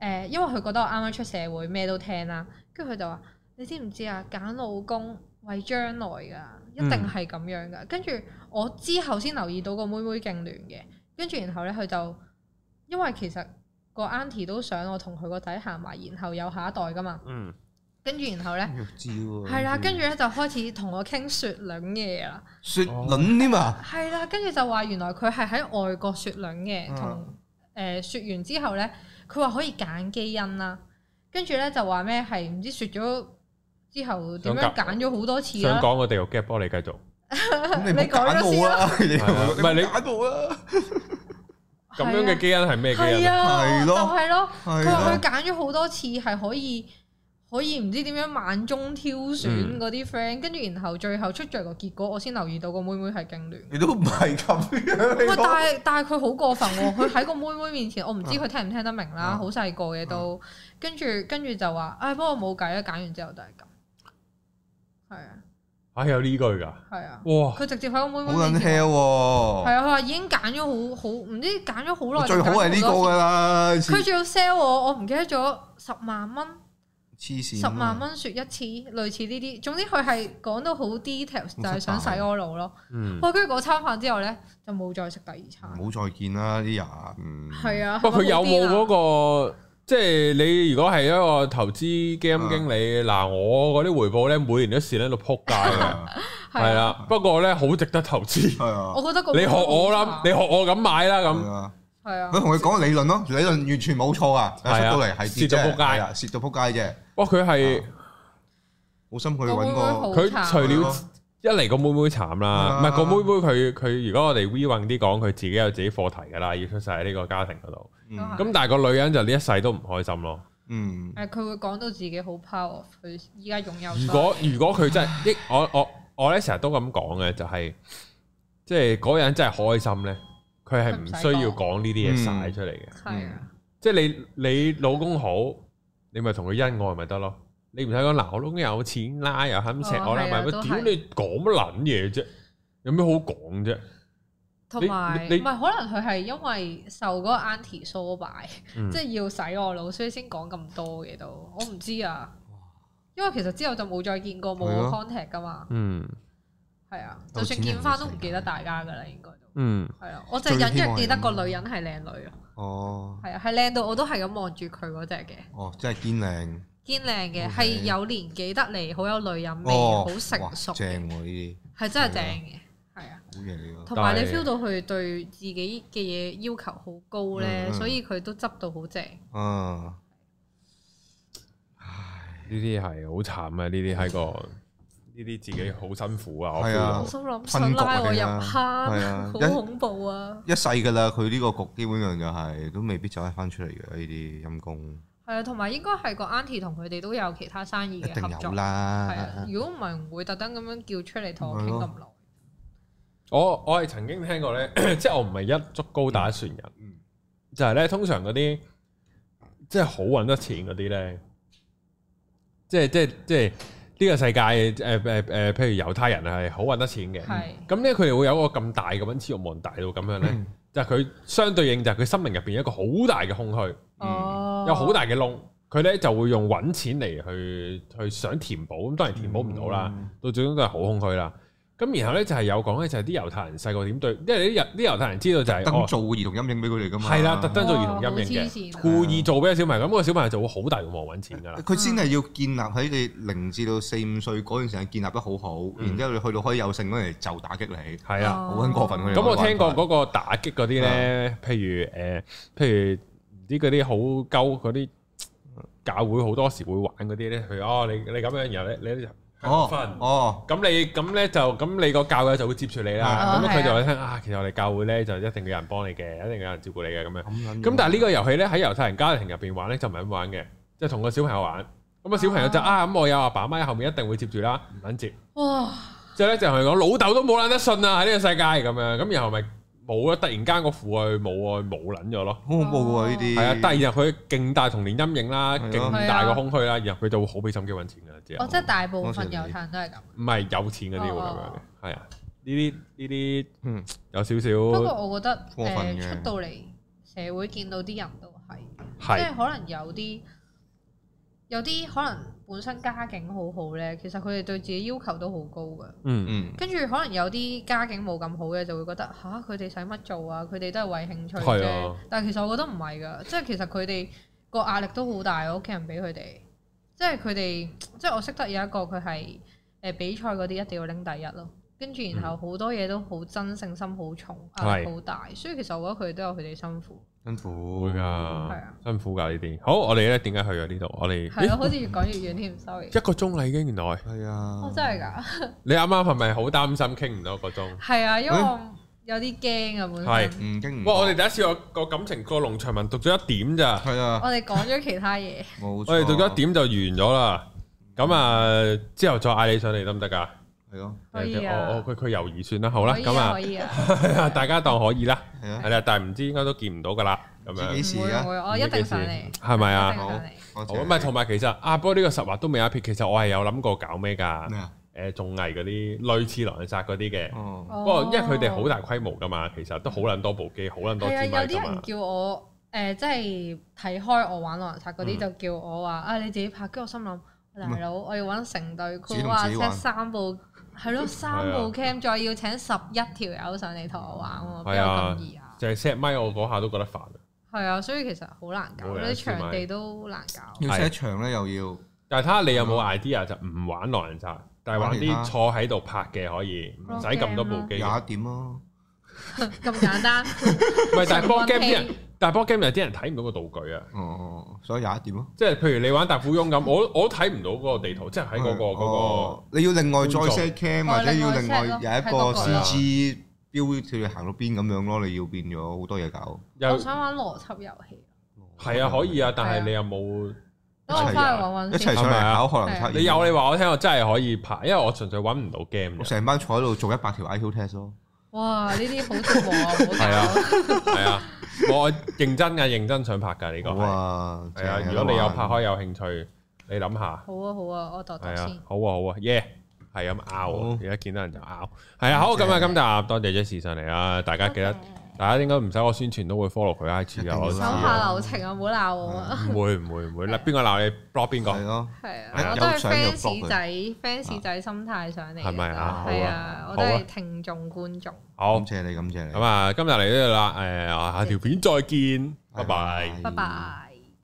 誒，因為佢覺得我啱啱出社會，咩都聽啦，跟住佢就話你知唔知啊？揀老公為將來㗎，一定係咁樣㗎。跟住我之後先留意到個妹妹勁亂嘅，跟住然後咧佢就因為其實個 auntie 都想我同佢個仔行埋，然後有下一代㗎嘛，嗯跟住然後咧。弱智喎。係啦，跟住咧就開始同我傾雪卵嘅嘢啊啦。雪卵添啊！係啦，跟住就話原來佢係喺外國雪卵嘅，嗯同誒雪完之後咧，佢話可以揀基因啦。跟住咧就話咩係唔知雪咗之後點樣想揀咗好多次想啦。講我哋個 gap，幫你繼續。咁你唔你講好咗揀我啦，你係啊唔係你唔好揀我啦，咁樣嘅基因係咩基係因啊？啊，係就咯係咯。係佢話佢啊，揀咗好多次係可以可以唔知點樣萬中挑嗯選嗰啲 friend，跟住然後最後出咗嚟個結果，我先留意到個妹妹係勁亂。你都唔係咁樣。你喂，但講係但係佢好過分 *laughs* 喎！佢喺個妹妹面前，我唔知佢聽唔聽得明啦，嗯好細個嘅都，啊跟住跟住就話，哎唉，不過冇計啦，揀完之後都係咁，係啊啊有呢句㗎，係啊，哇！佢直接喺個妹好妹撚面前 hell 話，喎！係啊，佢話已經揀咗好好，唔知揀咗好耐，最好係呢個嘅，㗎啦，黐佢仲要 sell 我，我唔記得咗十萬蚊，黐線。啊十萬，蚊説一次，類似呢啲，總之佢係講到好 detail，就係想洗我腦咯。嗯，哇！跟住嗰餐飯之後咧，就冇再食第二餐，唔好再見啦啲人。係啊，不過佢有冇嗰嗰個？即係你如果係一個投資基金經理，嗱我嗰啲回報咧每年都蝕喺度撲街係嘅，啊，係啦。不過咧好值得投資，係啊。我覺得個你學我啦，你學我咁買啦咁係。啊係啊，佢同佢講理論咯，理論完全冇錯啊，但係係啊出到嚟係跌蝕到啫仆街係啊，蝕到撲街啫，哇！佢係好心佢個妹揾妹個好佢慘除了咯一嚟個妹妹慘啦，啊唔係個妹妹佢佢如果我哋 we 運啲講，佢自己有自己課題㗎啦，要出晒喺呢個家庭嗰度。係咁但係個女人就呢一世都唔開心咯。嗯誒，佢會講到自己好 power，佢依家擁有。如果如果佢真係，益 *laughs* 我我我咧成日都咁講嘅，就係即係嗰個人真係開心咧，佢係唔需要講呢啲嘢晒出嚟嘅。係嗯啊，即係你你老公好，你咪同佢恩愛咪得咯。你唔使講嗱，我老公有錢啦，又肯錫我啦，哦係咪啊咪都係屌你講乜撚嘢啫？有咩好講啫？同埋你唔係可能佢係因為受嗰個 auntie 唆擺，嗯即係要洗我腦，所以先講咁多嘅都，我唔知啊。因為其實之後就冇再見過，冇係咯 contact 噶嘛，嗯係啊，有就算錢人見翻嘅都唔世界記得大家噶啦，應該都嗯，係啊。我就隱最希約望係記得個咁咯女人係靚女啊，哦係啊，係靚到我都係咁望住佢嗰只嘅，哦，真係堅靚堅靚嘅， OK 係有年紀得嚟，好有女人味，啊哦，好成哇熟嘅，正喎呢係真係正嘅，係啊。啲好嘢嚟㗎，同埋你但係 feel 到佢對自己嘅嘢要求好高咧，嗯嗯所以佢都執到好正。嗯，呢啲係好慘啊！呢啲喺個呢啲自己好辛苦啊！我係 feel 啊到我心諗分想局拉我入嚟㗎係坑，啊好一恐怖啊！一世㗎啦，佢呢個局基本上就係都未必走得翻出嚟嘅呢啲陰公，係啊，同埋應該係個 auntie 同佢哋都有其他生一意嘅定合有作。係啊啦，，如果唔係唔會特登咁樣叫出嚟同我傾係咯咁耐。我我係曾經聽過咧， *clears throat* 即係我唔係一竹篙打一船人，嗯就係咧通常嗰啲即係好揾得錢嗰啲咧，即係即係即係呢個世界誒誒誒，譬如猶太人係好揾得錢嘅，係咁咧佢哋會有一個咁大嘅揾錢欲望大到咁樣嗯咧，就係佢相對應就係佢生命入邊有一個好大嘅空虛，嗯哦，有好大嘅窿，佢咧就會用揾錢嚟去去想填補，咁當然填補唔到啦。嗯到最終都係好空虛啦。咁然後咧就係有講咧，就係啲猶太人細個點對，因為啲猶啲猶太人知道就係、特登哦，做兒童陰影俾佢哋噶嘛。係啦，特登做兒童哇好陰影黐嘅，線啊故意做俾個小朋友，咁、個小朋友就會好大欲望揾錢㗎啦。佢先係要建立喺你零至到四五歲嗰段時間建立得好好，嗯然之後你去到可以有性嗰陣時就打擊你，係哦啊，好撚過分佢哋咁我玩法聽過嗰個打擊嗰啲啊咧，譬如誒、呃譬如唔知嗰啲好鳩嗰啲教會好多時會玩嗰啲咧，譬如哦，你你咁樣，然後咧你就哦哦，咁你咁咧就咁你個教友就會接住你啦，啊咁係啊佢就會聽啊，其實我哋教會咧就一定要有人幫你嘅，一定有人照顧你嘅咁樣。咁樣咁但係呢個遊戲咧喺猶太人家庭入邊玩咧就唔係咁玩嘅，即係同個小朋友玩。咁個小朋友就哦啊咁我有阿爸阿媽喺後面一定會接住啦，唔撚接。哇！之後咧就同佢講老豆都冇撚得信啊喺呢個世界咁樣，咁然後咪冇啦，突然間個父愛母愛冇撚咗咯。好恐怖喎呢啲，係啊，但係然後佢勁大童年陰影啦，係啊勁大個空虛啦，然後佢就會好俾心機揾錢㗎啦，之後我即係大部分多謝你猶太人都係咁。唔係有錢嗰啲會咁樣嘅哦，係啊，呢啲呢啲嗯有少不少過我覺得過分誒嘅出到嚟社會見到啲人都係，即係係可能有啲有啲可能本身家境好好咧，其實佢哋對自己要求都好高㗎。嗯嗯跟住可能有啲家境冇咁好嘅就會覺得吓，佢哋使乜做啊？佢哋都係為興趣係啫。啊但係其實我覺得唔係㗎，即係其實佢哋個壓力都好大，屋企人俾佢哋，即係佢哋即係我識得有一個佢係誒比賽嗰啲一定要拎第一咯。跟住然後好多嘢都好真性心好重，壓力嗯係好大，所以其實我覺得佢哋都有佢哋辛苦，辛苦會係㗎啊，辛苦㗎呢啲。好，我哋咧點解去咗呢度？我哋係咯，啊咦好似越講越遠添 *laughs*，sorry。一個鐘啦已經，原來係啊，哦，真係㗎，你啱啱係咪好擔心傾唔到一個鐘？係啊，因為嗯我有啲驚啊係本身，唔經唔哇！我哋第一次個個感情個農場文讀咗一點咋，係啊，我哋講咗其他嘢。冇錯，我哋讀咗一點就完咗啦。咁啊，之後再嗌你上嚟得唔得㗎？係咯，可以啊哦哦，佢佢猶豫算啦，好啦，可以咁啊，啊可，以啊， *laughs* 大家當可以啦，係啊係，啦，但係唔知應該都見唔到㗎啦，咁自己樣幾時唔會啊唔會，我一定上嚟，係咪啊？好好，好好咁啊，同埋其實啊，不過呢個實話都未有一撇。其實我係有諗過搞咩㗎嗯咩？啊？誒，綜藝嗰啲類似狼人殺嗰啲嘅，哦，不過因為佢哋好大規模㗎嘛，其實都好撚多部機，好撚多係支啊，有咪㗎啲嘛人。叫我誒，即係睇開我玩狼人殺嗰啲，嗯就叫我話啊，你自己拍。跟住我心諗，大佬，我要揾成隊自己 crew 同啊自己玩，set 三部，係咯，三 *laughs* 部係啊 cam，再要請十一條友上嚟同我玩喎，邊係有啊咁易啊？就係 set 咪，我嗰下都覺得煩。係啊，所以其實好難搞，冇人啲燒賣場地都難搞。要寫場咧又要，但係睇下你有冇 idea 就唔玩狼人殺，但係玩玩其他啲坐喺度拍嘅可以，唔使咁多部機。有啊一點咯，咁 *laughs* 簡單，唔係，但係波 game 啲運人，但係波 game 有啲人睇唔到個道具啊。哦，所以有一點咯。即係譬如你玩大富翁咁，我我都睇唔到嗰個地圖，即係喺嗰個嗰個。哦你要另外再 set cam 哦或者要另另外外有 set 咯一喺個嗰個 CG 標條行到邊咁樣咯，你要變咗好多嘢搞。又我想玩邏輯遊戲，係啊，可以啊，但係係啊你有冇？等啊我翻去揾一揾齊先。上嚟考可能測驗你有你話我聽，我真係可以拍，因為我純粹揾唔到 game *laughs* 我嘅。成班坐喺度做一百條 IQ test 咯。哇！呢啲好折磨啊，唔好係啊搞。係啊，我認真嘅，認真想拍㗎呢個係。好啊，係啊，如正果你有玩拍開有興趣，你諗下。好啊好啊，我度度係啊先。，好啊好啊耶！係咁拗啊好，而家見到人就拗。係啊，好咁啊，今集多謝 Jess 上嚟啦，大家記得多謝，大家應該唔使我宣傳都會 follow 佢 IG 一定噶，要我知手啦啊。下留情啊，唔好鬧我啊！唔會唔 *laughs* 會唔會，嗱邊個鬧你 block 邊個係？咯，係係啊啊，我都係有相就 block fans 佢仔，fans 仔心態上嚟嘅。係咪啊係好啊啊，我都好啊係聽眾觀眾。好感，謝你，感謝你咁。啊，今日嚟呢度啦，誒，下條片再見，拜拜。拜拜。